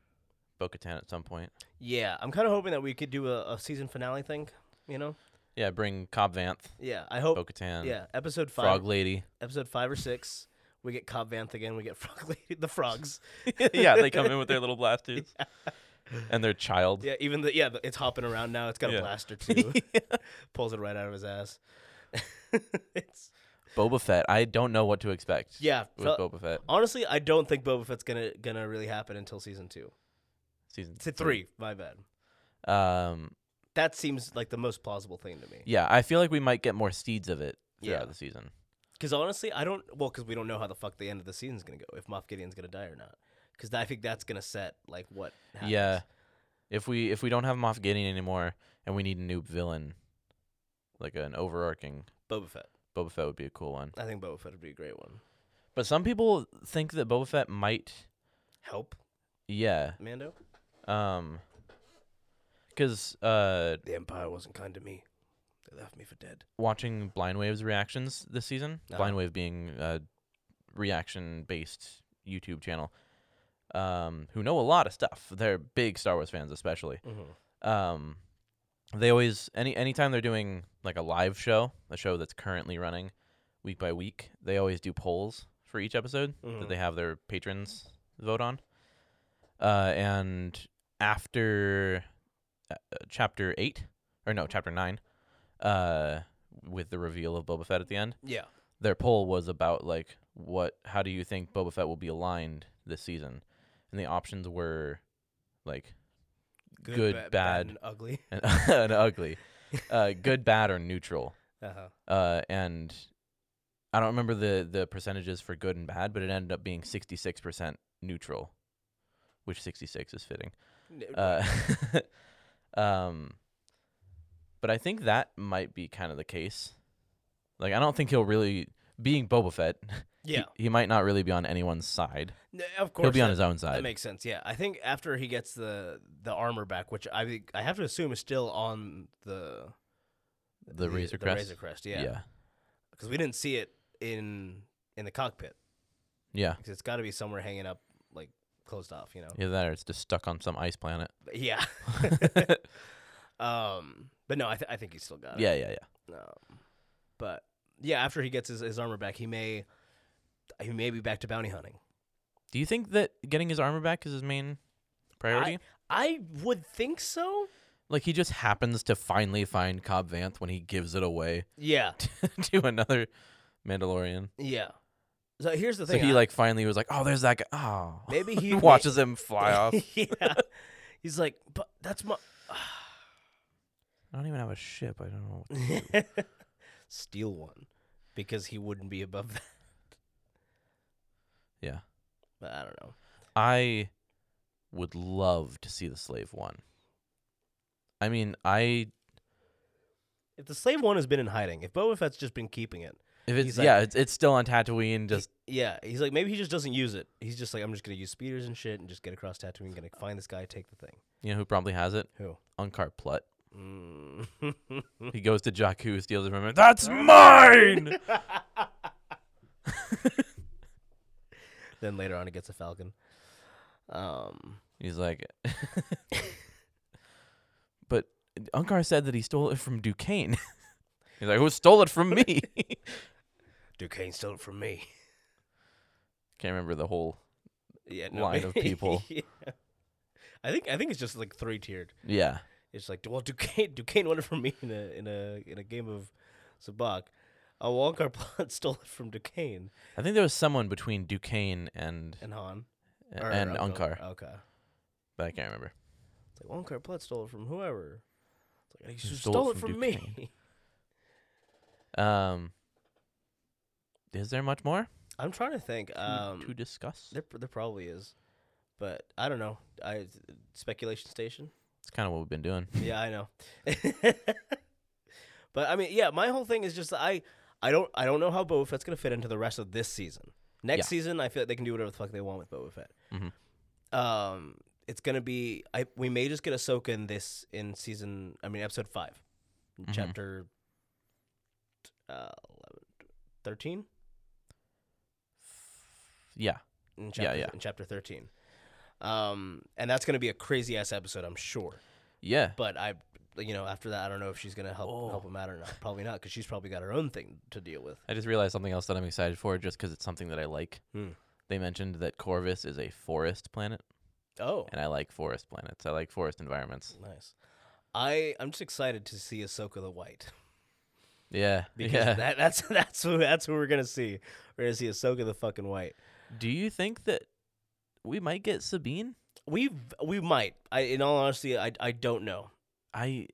Bo-Katan at some point.
Yeah, I'm kind of hoping that we could do a, a season finale thing. You know?
Yeah, bring Cobb Vanth,
Yeah, I hope.
Bo-Katan,
Oh, Yeah, episode five,
Frog
<laughs>
Lady.
episode five or six, we get Cobb Vanth again. We get <laughs> Frog Lady, the frogs.
<laughs> yeah, they
<laughs>
come in with their little blasters and their child.
Yeah, even the yeah, the, it's hopping around now. It's got
Yeah. <laughs>
a blaster too. <laughs> Pulls it right out of his ass. <laughs> it's
Boba Fett. I don't know what to expect.
yeah.
with
fel-
Boba Fett
honestly, I don't think Boba Fett's gonna gonna really happen until season two.
season
It's three. My bad.
Um,
That seems like the most plausible thing to me.
yeah, I feel like we might get more seeds of it throughout
Yeah.
the season.
Because honestly, I don't. Well, because we don't know how the fuck the end of the season's gonna go. If Moff Gideon's gonna die or not. Because I think that's gonna set like what. Happens.
Yeah, if we if we don't have Moff Gideon anymore and we need a new villain, like an overarching
Boba Fett.
Boba Fett would be a cool one.
I think Boba Fett would be a great one.
But some people think that Boba Fett might,
Help
yeah,
Mando.
um, because uh,
The Empire wasn't kind to me. They left me for dead.
watching Blind Wave's reactions this season.
Uh-huh.
Blind Wave being a reaction based YouTube channel, um, who know a lot of stuff. They're big Star Wars fans, especially.
Mm-hmm.
Um, they always any anytime they're doing like a live show, a show that's currently running week by week, they always do polls for each episode that
Mhm.
they have their patrons vote on. Uh, and after uh, uh, chapter eight, or no, chapter nine, uh, with the reveal of Boba Fett at the end,
Yeah.
their poll was about like what, how do you think Boba Fett will be aligned this season? And the options were like Good,
ba-
bad.
and ugly. <laughs>
and, <laughs> and ugly, uh, good, bad, or neutral.
Uh huh.
Uh, and I don't remember the the percentages for good and bad, but it ended up being sixty six percent neutral, which sixty six is fitting. Uh, <laughs> um, but I think that might be kind of the case. Like, I don't think he'll really being Boba Fett. <laughs> he-
yeah.
he, might not really be on anyone's side.
N- of course.
He'll be on
that-
his own
That
side.
makes sense. Yeah, I think after he gets the the armor back, which I think- I have to assume is still on the
The Razor Crest?
Razor Crest, yeah,
yeah,
because we didn't see it in in the cockpit.
yeah,
Because it's got to be somewhere hanging up, like closed off, you know.
either that or it's just stuck on some ice planet.
But Yeah.
<laughs>
<laughs> um, but no, I th- I think he's still got it.
Yeah, yeah, yeah.
Um, but yeah, after he gets his, his armor back, he may he may be back to bounty hunting.
Do you think that getting his armor back is his main priority?
I would think so.
Like he just happens to finally find Cobb Vanth when he gives it away <laughs>
Yeah,
to another Mandalorian.
yeah. So here's the
So
thing.
he
I-
like finally was like, "Oh, there's that guy." Oh,
<laughs> maybe he
<laughs> he
may- <laughs>
watches him <laughs> fly off.
yeah. He's like, but that's my <laughs>
I don't even have a ship. I don't know.
steal one because he wouldn't be above that.
Yeah,
But I don't know.
I would love to see the Slave One. I mean, I
If the slave one has been in hiding, if Boba Fett's just been keeping it,
if
He's
it's
like-
yeah, it's, it's still on Tatooine. Just
yeah, he's like maybe he just doesn't use it. He's just like I'm just gonna use speeders and shit and just get across Tatooine, gonna find this guy, take the thing.
you know who probably has it?
Who?
Unkar Plutt.
Mm. <laughs>
He goes to Jakku, steals it from him. That's <laughs> mine.
then later on, it gets a Falcon. Um,
He's like, <laughs> but Unkar said that he stole it from Duquesne. <laughs> He's like, who stole it from
<laughs>
me?
Duquesne stole it from me.
Can't remember the whole.
Yeah,
Line of people.
<laughs> Yeah. I think I think it's just like three tiered.
Yeah.
It's like well, <laughs> Duquesne Duquesne won it from me in a in a in a game of Sabak. A <laughs> Walker plot stole it from Duquesne
I think there was someone between Duquesne and
and Han or
and
Uncle-
Unkar,
Okay,
but I can't remember.
it's like Walker plot stole it from whoever. It's like he
He
should
stole
stole,
it
it
from
from,
Duquesne.
me.
Um, is there much more
<laughs> I'm trying to think.
to,
Um,
to discuss?
there there probably is, but I don't know. I speculation station.
It's kind of what we've been doing.
yeah, I know. <laughs> but I mean, yeah, my whole thing is just I I don't I don't know how Boba Fett's gonna fit into the rest of this season. Next
Yeah.
season, I feel like they can do whatever the fuck they want with Boba Fett.
Mhm.
Um, it's gonna be I we may just get Ahsoka in this in season. I mean, episode 5
Mhm.
chapter uh, 11, 13?
Yeah,
in chapter,
yeah.
in chapter thirteen. Um, and that's gonna be a crazy ass episode, I'm sure.
yeah.
But I, you know, after that, I don't know if she's gonna help
Oh.
help him out or not. Probably not, because she's probably got her own thing to deal with.
I just realized something else that I'm excited for, just because it's something that I like.
Hmm.
They mentioned that Corvus is a forest planet,
Oh,
and I like forest planets. I like forest environments.
nice. I I'm just excited to see Ahsoka the White <laughs>
Yeah, <laughs>
because
yeah.
that, that's <laughs> that's who that's who we're gonna see. We're gonna see Ahsoka the fucking White.
Do you think that we might get Sabine?
We we might. I in all honesty, I I don't know.
I
It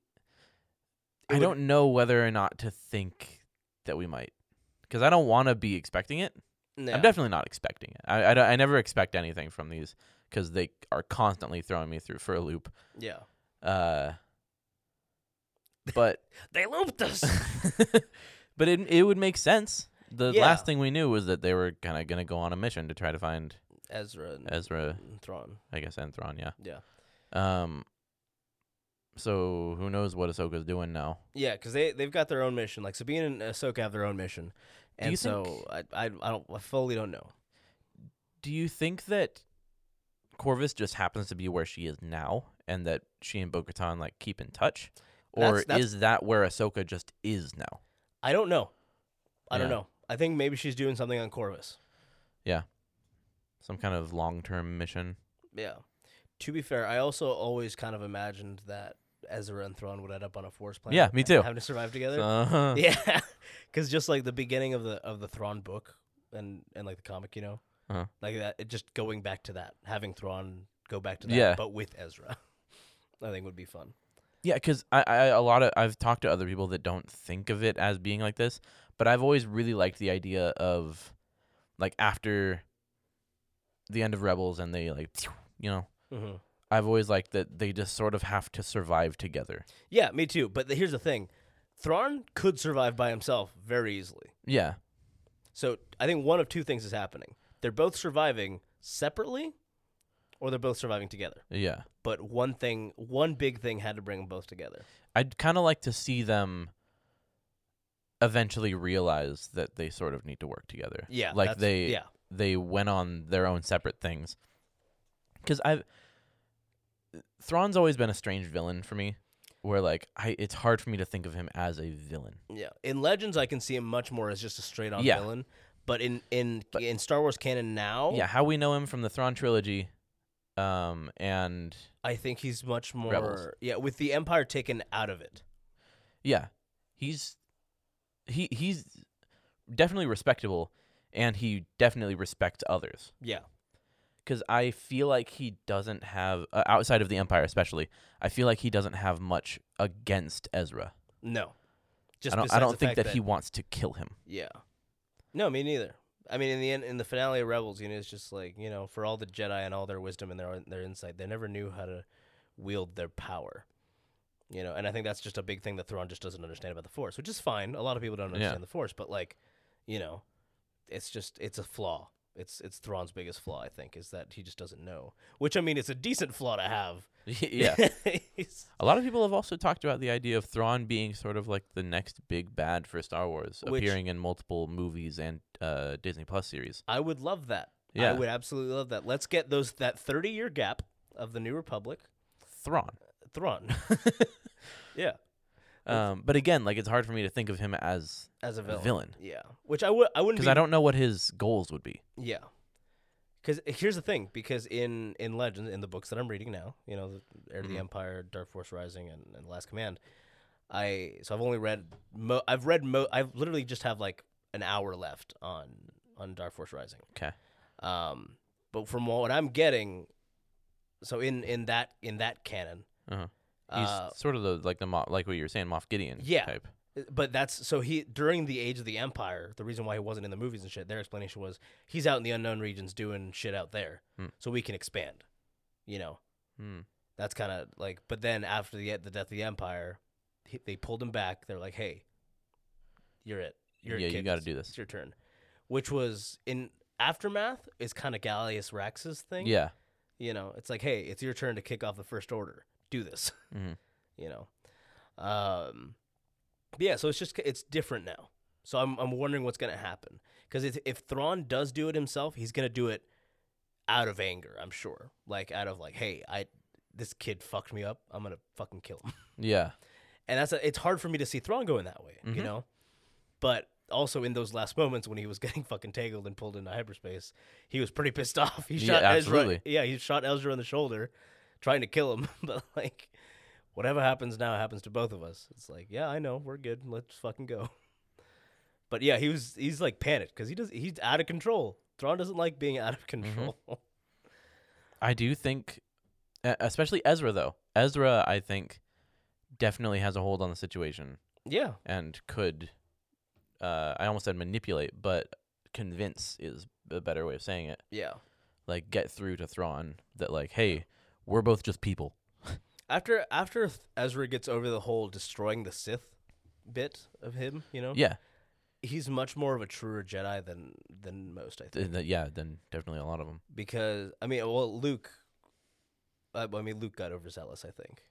I
would-
don't know whether or not to think that we might, because I don't want to be expecting it.
No.
I'm definitely not expecting it. I, I, don't- I never expect anything from these because they are constantly throwing me through for a loop.
yeah.
<laughs> Uh, but <laughs>
They looped us.
but it it would make sense. The
Yeah.
last thing we knew was that they were kind of gonna go on a mission to try to find
<laughs> Ezra and,
Ezra,
and Thrawn.
I guess, and Thrawn. Yeah.
Yeah.
Um. So who knows what Ahsoka's doing now?
Yeah, because they they've got their own mission. Like Sabine and Ahsoka have their own mission,
Do
and
you
so
think-
I, I I don't I fully don't know.
Do you think that Corvus just happens to be where she is now, and that she and Bo-Katan like keep in touch, or
That's- that's-
is that where Ahsoka just is now?
I don't know. I don't
Yeah.
know. I think maybe she's doing something on Corvus.
Some kind of long-term mission.
Yeah. To be fair, I also always kind of imagined that Ezra and Thrawn would end up on a force planet.
Yeah, me
and
too.
Having to survive together.
<laughs> Uh-huh.
Yeah, <laughs> because just like the beginning of the of the Thrawn book and and like the comic, you know,
Uh-huh.
like that. It just going back to that, having Thrawn go back to that,
Yeah.
but with Ezra, <laughs> I think would be fun.
Yeah, because I, I a lot of I've talked to other people that don't think of it as being like this, but I've always really liked the idea of like after the end of Rebels and they like <sniffs> you know
Mm-hmm.
I've always liked that they just sort of have to survive together.
Yeah, me too. But the, here's the thing: Thrawn could survive by himself very easily.
Yeah,
So I think one of two things is happening: they're both surviving separately, or they're both surviving together.
yeah.
But one thing, one big thing, had to bring them both together.
I'd kind of like to see them eventually realize that they sort of need to work together.
Yeah,
like
that's-
they
yeah,
they went on their own separate things. Because I've Thrawn's always been a strange villain for me, where like I it's hard for me to think of him as a villain.
yeah. In Legends, I can see him much more as just a straight on
Yeah.
villain. But in in
But-
in Star Wars canon now,
Yeah, how we know him from the Thrawn trilogy, um, and
I think he's much more.
Rebels.
Yeah, with the Empire taken out of it.
yeah, he's he he's definitely respectable, and he definitely respects others.
Yeah,
because I feel like he doesn't have uh, outside of the Empire, especially. I feel like he doesn't have much against Ezra.
no. Just
I don't. I
besides
don't
the
think
fact
that, he wants to kill
<laughs>
him.
Yeah. No, me neither. I mean, in the end, in the finale of Rebels, you know, it's just like you know, for all the Jedi and all their wisdom and their their insight, they never knew how to wield their power. You know, and I think that's just a big thing that Thrawn just doesn't understand about the Force, which is fine. A lot of people don't
Yeah.
understand the Force, but like, you know, it's just it's a flaw. It's it's Thrawn's biggest flaw, I think, is that he just doesn't know. Which I mean, it's a decent flaw to have. <laughs>
yeah.
He's-
A lot of people have also talked about the idea of Thrawn being sort of like the next big bad for Star Wars,
Which-
appearing in multiple movies and uh, Disney Plus series.
I would love that.
Yeah.
I would absolutely love that. Let's get those that thirty year gap of the New Republic.
Thrawn.
Thrawn. Yeah,
Um, but again, like it's hard for me to think of him as
as a
a
villain.
villain
Yeah, which I would I wouldn't
because
be,
I don't know what his goals would be.
Yeah, because here's the thing: because in in Legends, in the books that I'm reading now, you know, the Heir to
Mhm.
the Empire, Dark Force Rising, and, and Last Command. I so I've only read mo- I've read mo- I've literally just have like an hour left on on Dark Force Rising.
Okay.
Um, but from what I'm getting, so in in that in that canon,
Uh-huh. He's
uh,
sort of the like the Mo- like what you were saying, Moff Gideon
Yeah.
type.
but that's so he during the age of the empire the reason why he wasn't in the movies and shit their explanation was he's out in the unknown regions doing shit out there
Hmm.
so we can expand you know
Hmm.
that's kind of like but then after the the death of the empire he, they pulled him back they're like hey you're it you're
Yeah,
it,
you
kid.
gotta
It's-
do this.
it's your turn which was in aftermath is kind of Gallius Rax's thing
Yeah.
you know it's like hey it's your turn to kick off the first order do this <laughs>
hmm
you know. Um, but yeah, so it's just it's different now. So I'm I'm wondering what's gonna happen because if if Thrawn does do it himself, he's gonna do it out of anger. I'm sure, like out of like, hey, I this kid fucked me up. I'm gonna fucking kill him.
Yeah.
And that's a, it's hard for me to see Thrawn going that way, you
Mhm.
know. But also in those last moments when he was <laughs> getting fucking tangled and pulled into hyperspace, he was pretty pissed <laughs> off. He
Yeah,
shot Ezra.
absolutely.
Yeah, he shot Ezra in the shoulder, trying to kill him. <laughs> But like, whatever happens now happens to both of us. It's like, yeah, I know, we're good. Let's fucking go. <laughs> But yeah, he was he's like panicked because he does he's out of control. Thrawn doesn't like being out of
Mm-hmm.
control. <laughs>
I do think, e- especially Ezra though. Ezra, I think, definitely has a hold on the situation
yeah,
and could. Uh, I almost said manipulate, but convince is a better way of saying it.
yeah.
Like get through to Thrawn that like, hey, we're both just people.
After after Ezra gets over the whole destroying the Sith bit of him, you know,
Yeah.
he's much more of a truer Jedi than than most, I
Th-
think.
th- yeah. Then definitely a lot of them.
Because I mean, well, Luke. uh, I, I mean, Luke got overzealous. I think.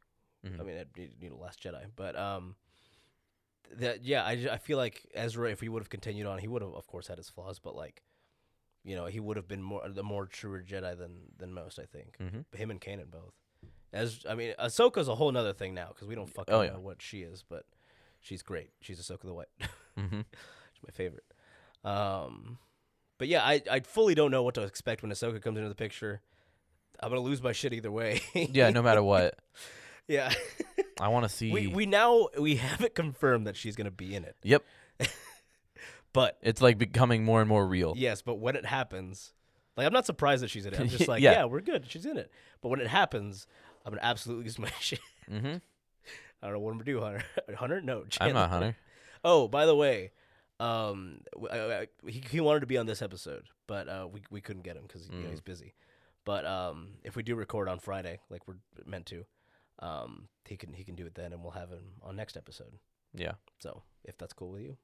Mm-hmm.
I mean, it, you know, Last Jedi, but um, that yeah, I, ju- I feel like Ezra, if he would have continued on, he would have, of course, had his flaws, but like, you know, he would have been more the more truer Jedi than than most. I think
hmm
him and Kanan both. As I mean, Ahsoka's a whole nother thing now because we don't fucking
Oh, yeah.
know what she is, but she's great. She's Ahsoka the White. <laughs>
hmm
It's my favorite. Um, but yeah, I, I fully don't know what to expect when Ahsoka comes into the picture. I'm gonna lose my shit either way. <laughs>
Yeah. No matter what,
yeah.
I want to see.
we we now we haven't confirmed that she's gonna be in it,
Yep.
<laughs> but
It's like becoming more and more real.
yes, but when it happens, like I'm not surprised that
<laughs>
she's in it. I'm just like, yeah.
Yeah.
we're good. She's in it. But when it happens, I'm gonna absolutely <laughs> lose my shit.
Mm-hmm.
I don't know what I'm gonna do, Hunter. <laughs> Hunter, no.
I'm not
Chandler.
Hunter.
Oh, by the way, um, w- I- I- he, he wanted to be on this episode, but uh, we we couldn't get him because you know,
Mm.
he's busy. But um, if we do record on Friday, like we're meant to, um, he can he can do it then, and we'll have him on next episode.
Yeah.
So if that's cool with you,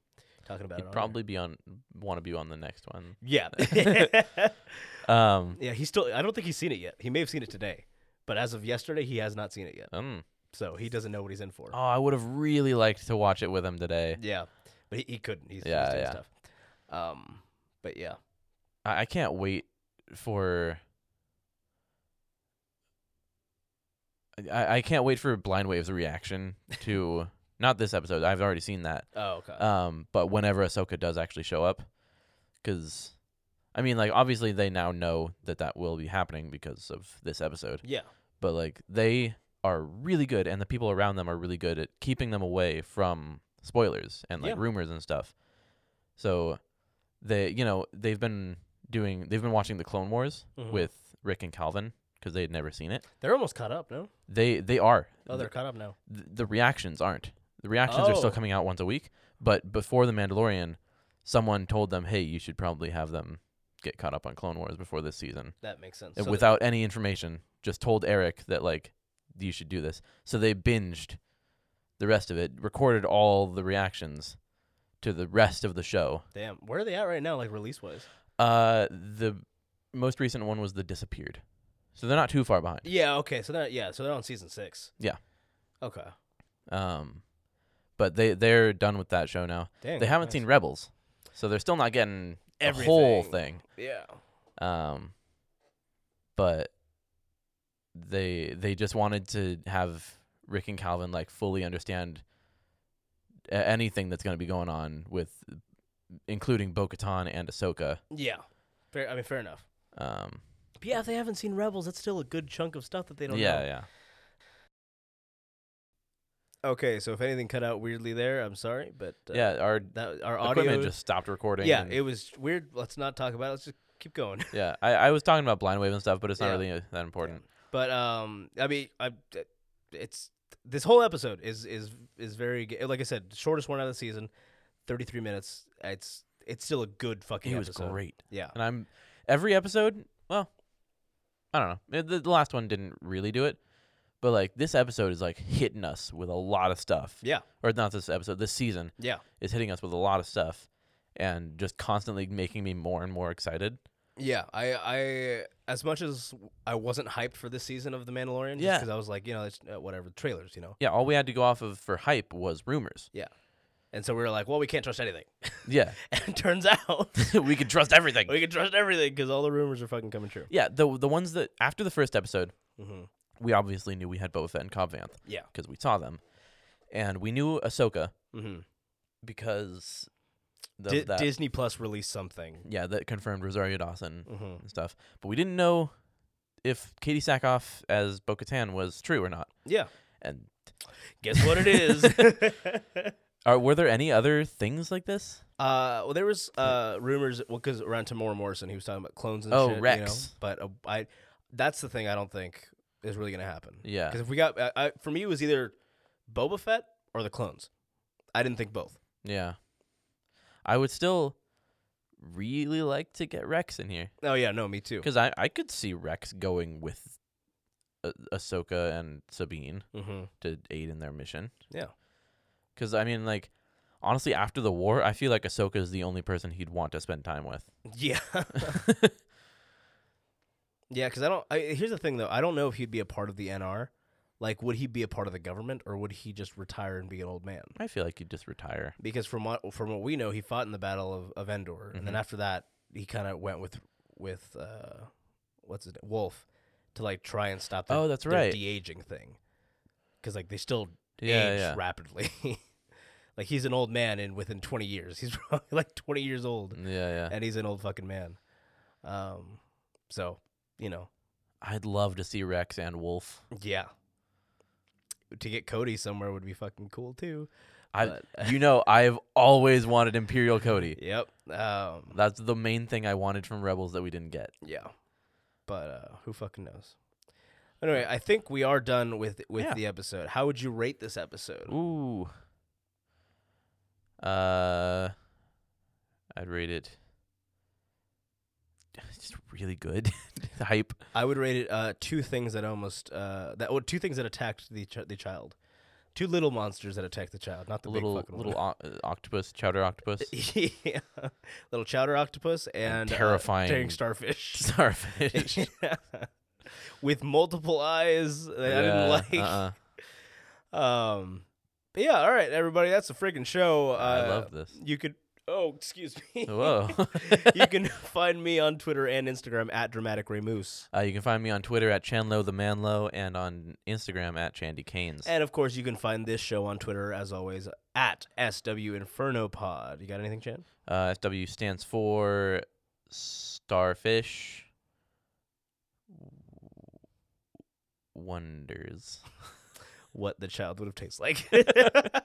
talking about it
He'd
on
probably be on. Want to be on the next
<laughs>
one.
here.
<laughs>
yeah, <laughs>
Um.
yeah. He's still. I don't think he's seen it yet. He may have seen it today, but as of yesterday, he has not seen it yet.
mm.
So he doesn't know what he's in for.
Oh, I would have really liked to watch it with him today.
Yeah, but he, he couldn't. He's,
Yeah,
he's doing
yeah.
stuff. Um, but yeah.
I, I can't wait for. I, I can't wait for Blind Wave's reaction to not this episode. I've already seen that.
Oh, okay.
Um, but whenever Ahsoka does actually show up, because, I mean, like obviously they now know that that will be happening because of this episode.
yeah.
But like they are really good, and the people around them are really good at keeping them away from spoilers and like
Yeah.
rumors and stuff. So, they you know they've been doing they've been watching the Clone Wars
Mhm.
with Rick and Calvin because they had never seen it.
They're almost caught up, no?
They they are
Oh, they're caught up now.
th- the reactions aren't. The reactions are
Oh.
still coming out once a week, but before The Mandalorian, someone told them, "Hey, you should probably have them get caught up on Clone Wars before this season."
That makes sense.
And
So
without any information, just told Eric that like you should do this. So they binged the rest of it, recorded all the reactions to the rest of the show.
th- damn, where are they at right now? Like release wise?
Uh the most recent one was The Disappeared. So they're not too far behind.
Yeah. Okay. So they're yeah. So they're on season six.
Yeah.
Okay.
Um but they they're done with that show now.
Dang.
they haven't
nice.
seen Rebels, so they're still not getting the whole
Everything.
thing.
Yeah.
Um, but they they just wanted to have Rick and Calvin like fully understand a- anything that's going to be going on with, including Bo-Katan and Ahsoka.
Yeah. Fair, I mean, fair enough.
Um,
But yeah, if they haven't seen Rebels, that's still a good chunk of stuff that they
yeah,
don't know.
yeah.
Okay, so if anything cut out weirdly there, I'm sorry, but uh,
yeah, our
that our
equipment
audio
just stopped recording.
Yeah,
and-
it was weird. Let's not talk about it. Let's just keep going.
yeah. I, I was talking about Blind Wave and stuff, but it's not
Yeah.
really uh, that important.
But um I mean, I it's this whole episode is is is very g- like I said, shortest one out of the season, 33 minutes. It's it's still a good fucking
It was
episode.
great,
Yeah.
and I'm every episode. Well, I don't know. Eh, The, the last one didn't really do it, but like this episode is like hitting us with a lot of stuff.
Yeah.
Or not this episode. This season
Yeah.
is hitting us with a lot of stuff, and just constantly making me more and more excited.
Yeah, I, I as much as I wasn't hyped for this season of The Mandalorian, just
Yeah.
because I was like, you know, it's uh, whatever trailers, you know,
Yeah, all we had to go off of for hype was rumors.
and so we were like, well, we can't trust anything, <laughs>
Yeah, <laughs>
and it turns out
we could trust everything.
we can trust everything because all the rumors are fucking coming true.
Yeah, the the ones that after the first episode,
Mhm.
we obviously knew we had Boba Fett and Cobb Vanth.
Yeah.
because we saw them, and we knew Ahsoka
Mm-hmm.
because the,
Di-
that,
Disney Plus released something.
yeah that confirmed Rosario Dawson
Mm-hmm.
and stuff, but we didn't know if Katie Sackhoff as Bo-Katan was true or not.
Yeah,
And
guess what it is.
<laughs>
<laughs>
are were there any other things like this?
Uh, well, there was uh rumors. Well, because around Tamora Morrison, he was talking about clones and
Oh,
shit, you know,
Rex.
But uh, I, that's the thing I don't think is really gonna happen.
Yeah,
Because if we got, I, I, for me, it was either Boba Fett or the clones. I didn't think both.
yeah. I would still really like to get Rex in here.
Oh yeah, no, me too.
Because I, I could see Rex going with ah- Ahsoka and Sabine
Mm-hmm.
to aid in their mission.
Yeah.
Because, I mean, like, honestly, after the war, I feel like Ahsoka is the only person he'd want to spend time with. <laughs>
Yeah, yeah. Because I don't. I, here's the thing though. I don't know if he'd be a part of the NR. Like, would he be a part of the government or would he just retire and be an old man?
I feel like he'd just retire.
Because from what from what we know, he fought in the Battle of, of Endor, and then
Mhm.
after that, he kind of went with with uh, what's his name? Wolf to like try and stop. Their,
Oh, that's
their
right.
De aging thing. Because like they still
Yeah,
age
yeah.
rapidly. <laughs> like he's an old man, and within 20 years, he's <laughs> probably like 20 years old,
Yeah, yeah.
and he's an old fucking man. Um, so you know,
I'd love to see Rex and
<laughs>
Wolf.
yeah. To get Cody somewhere would be fucking cool too.
I-
but-
You know, I've always wanted Imperial Cody.
yep. Um,
That's the main thing I wanted from Rebels that we didn't get.
yeah. But uh, who fucking knows? Anyway, I think we are done with with
Yeah.
the episode. How would you rate this episode?
Ooh. Uh, I'd rate it. <laughs> It's just really good. <laughs> the hype.
I would rate it uh, two things that almost uh, that well, two things that attacked the ch- the child, two little monsters that attacked the child, not the
The
big
little
fucking
little
one.
o- uh, octopus, chowder octopus,
<laughs>
<laughs>
yeah. little chowder octopus and, uh,
terrifying-
tearing starfish,
<laughs>
<laughs>
starfish.
with multiple eyes that I
Yeah,
didn't like. uh,
uh-uh.
Um, but yeah, all right, everybody, that's a freaking show. Uh,
I love
<laughs>
this.
You could. Oh, excuse me.
Whoa.
<laughs>
<laughs>
you can find me on Twitter and Instagram at Dramatic Ray Moose.
Uh, you can find me on Twitter at Chanlo the Manlo and on Instagram at Chandy Canes.
And of course, you can find this show on Twitter, as always, at SW Inferno Pod. You got anything, Chan?
Uh, SW stands for Starfish Wonders.
What the child would have tasted like. <laughs>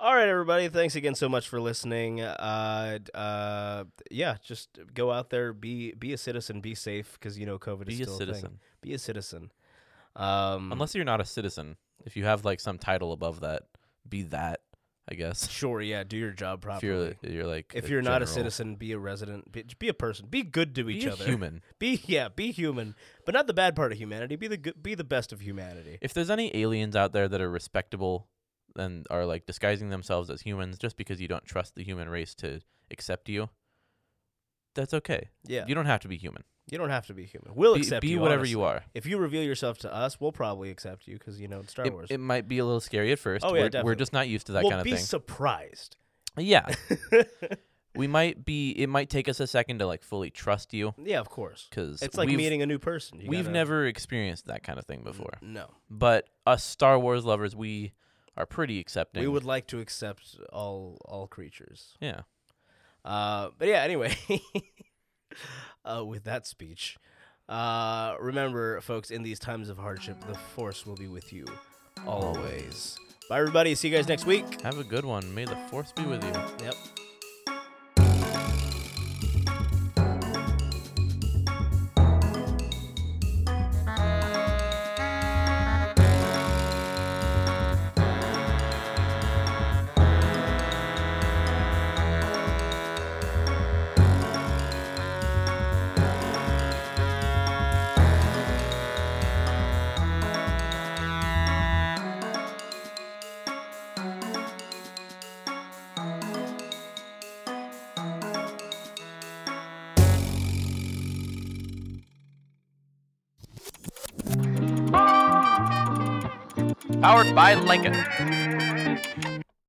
All right, everybody. Thanks again so much for listening. Uh, d- uh, yeah, just go out there, be be a citizen, be safe, because you know COVID is
Be a
still
citizen.
thing. Be a citizen. Um,
Unless you're not a citizen. If you have like some title above that, be that, I guess. <laughs>
sure, yeah, do your job
If
properly.
you're, you're like
if
a
you're not a
general.
citizen, be a resident. Be, be a person. Be good to
be
each
a
other.
human.
Be yeah. Be human, but not the bad part of humanity. Be the good. Be the best of humanity.
If there's any aliens out there that are respectable and are like disguising themselves as humans just because you don't trust the human race to accept you, that's okay.
Yeah.
You don't have to be human.
You don't have to be human. We'll
be
accept
be
you.
whatever you
honestly.
are.
If you reveal yourself to us, we'll probably accept you because you know it's Star
It,
Wars.
it might be a little scary at first.
Oh, yeah,
we're, we're <laughs>
definitely.
just not used to that
we'll
kind of
be
thing.
surprised.
yeah. we might be it might take us a second to like fully trust you
<laughs> Yeah, of course.
because
It's like
we've,
meeting a new person. You
we've
gotta- Mm.
never experienced that kind of thing before.
No,
But us Star Wars lovers, we are pretty accepting.
we would like to accept all all creatures.
Yeah.
Uh, but yeah, anyway, <laughs> uh, with that speech, uh, remember, folks, in these times of hardship, the Force will be with you always. Bye, everybody. See you guys next week.
Have a good one. May the force be with you.
Yep.
Powered by Lincoln.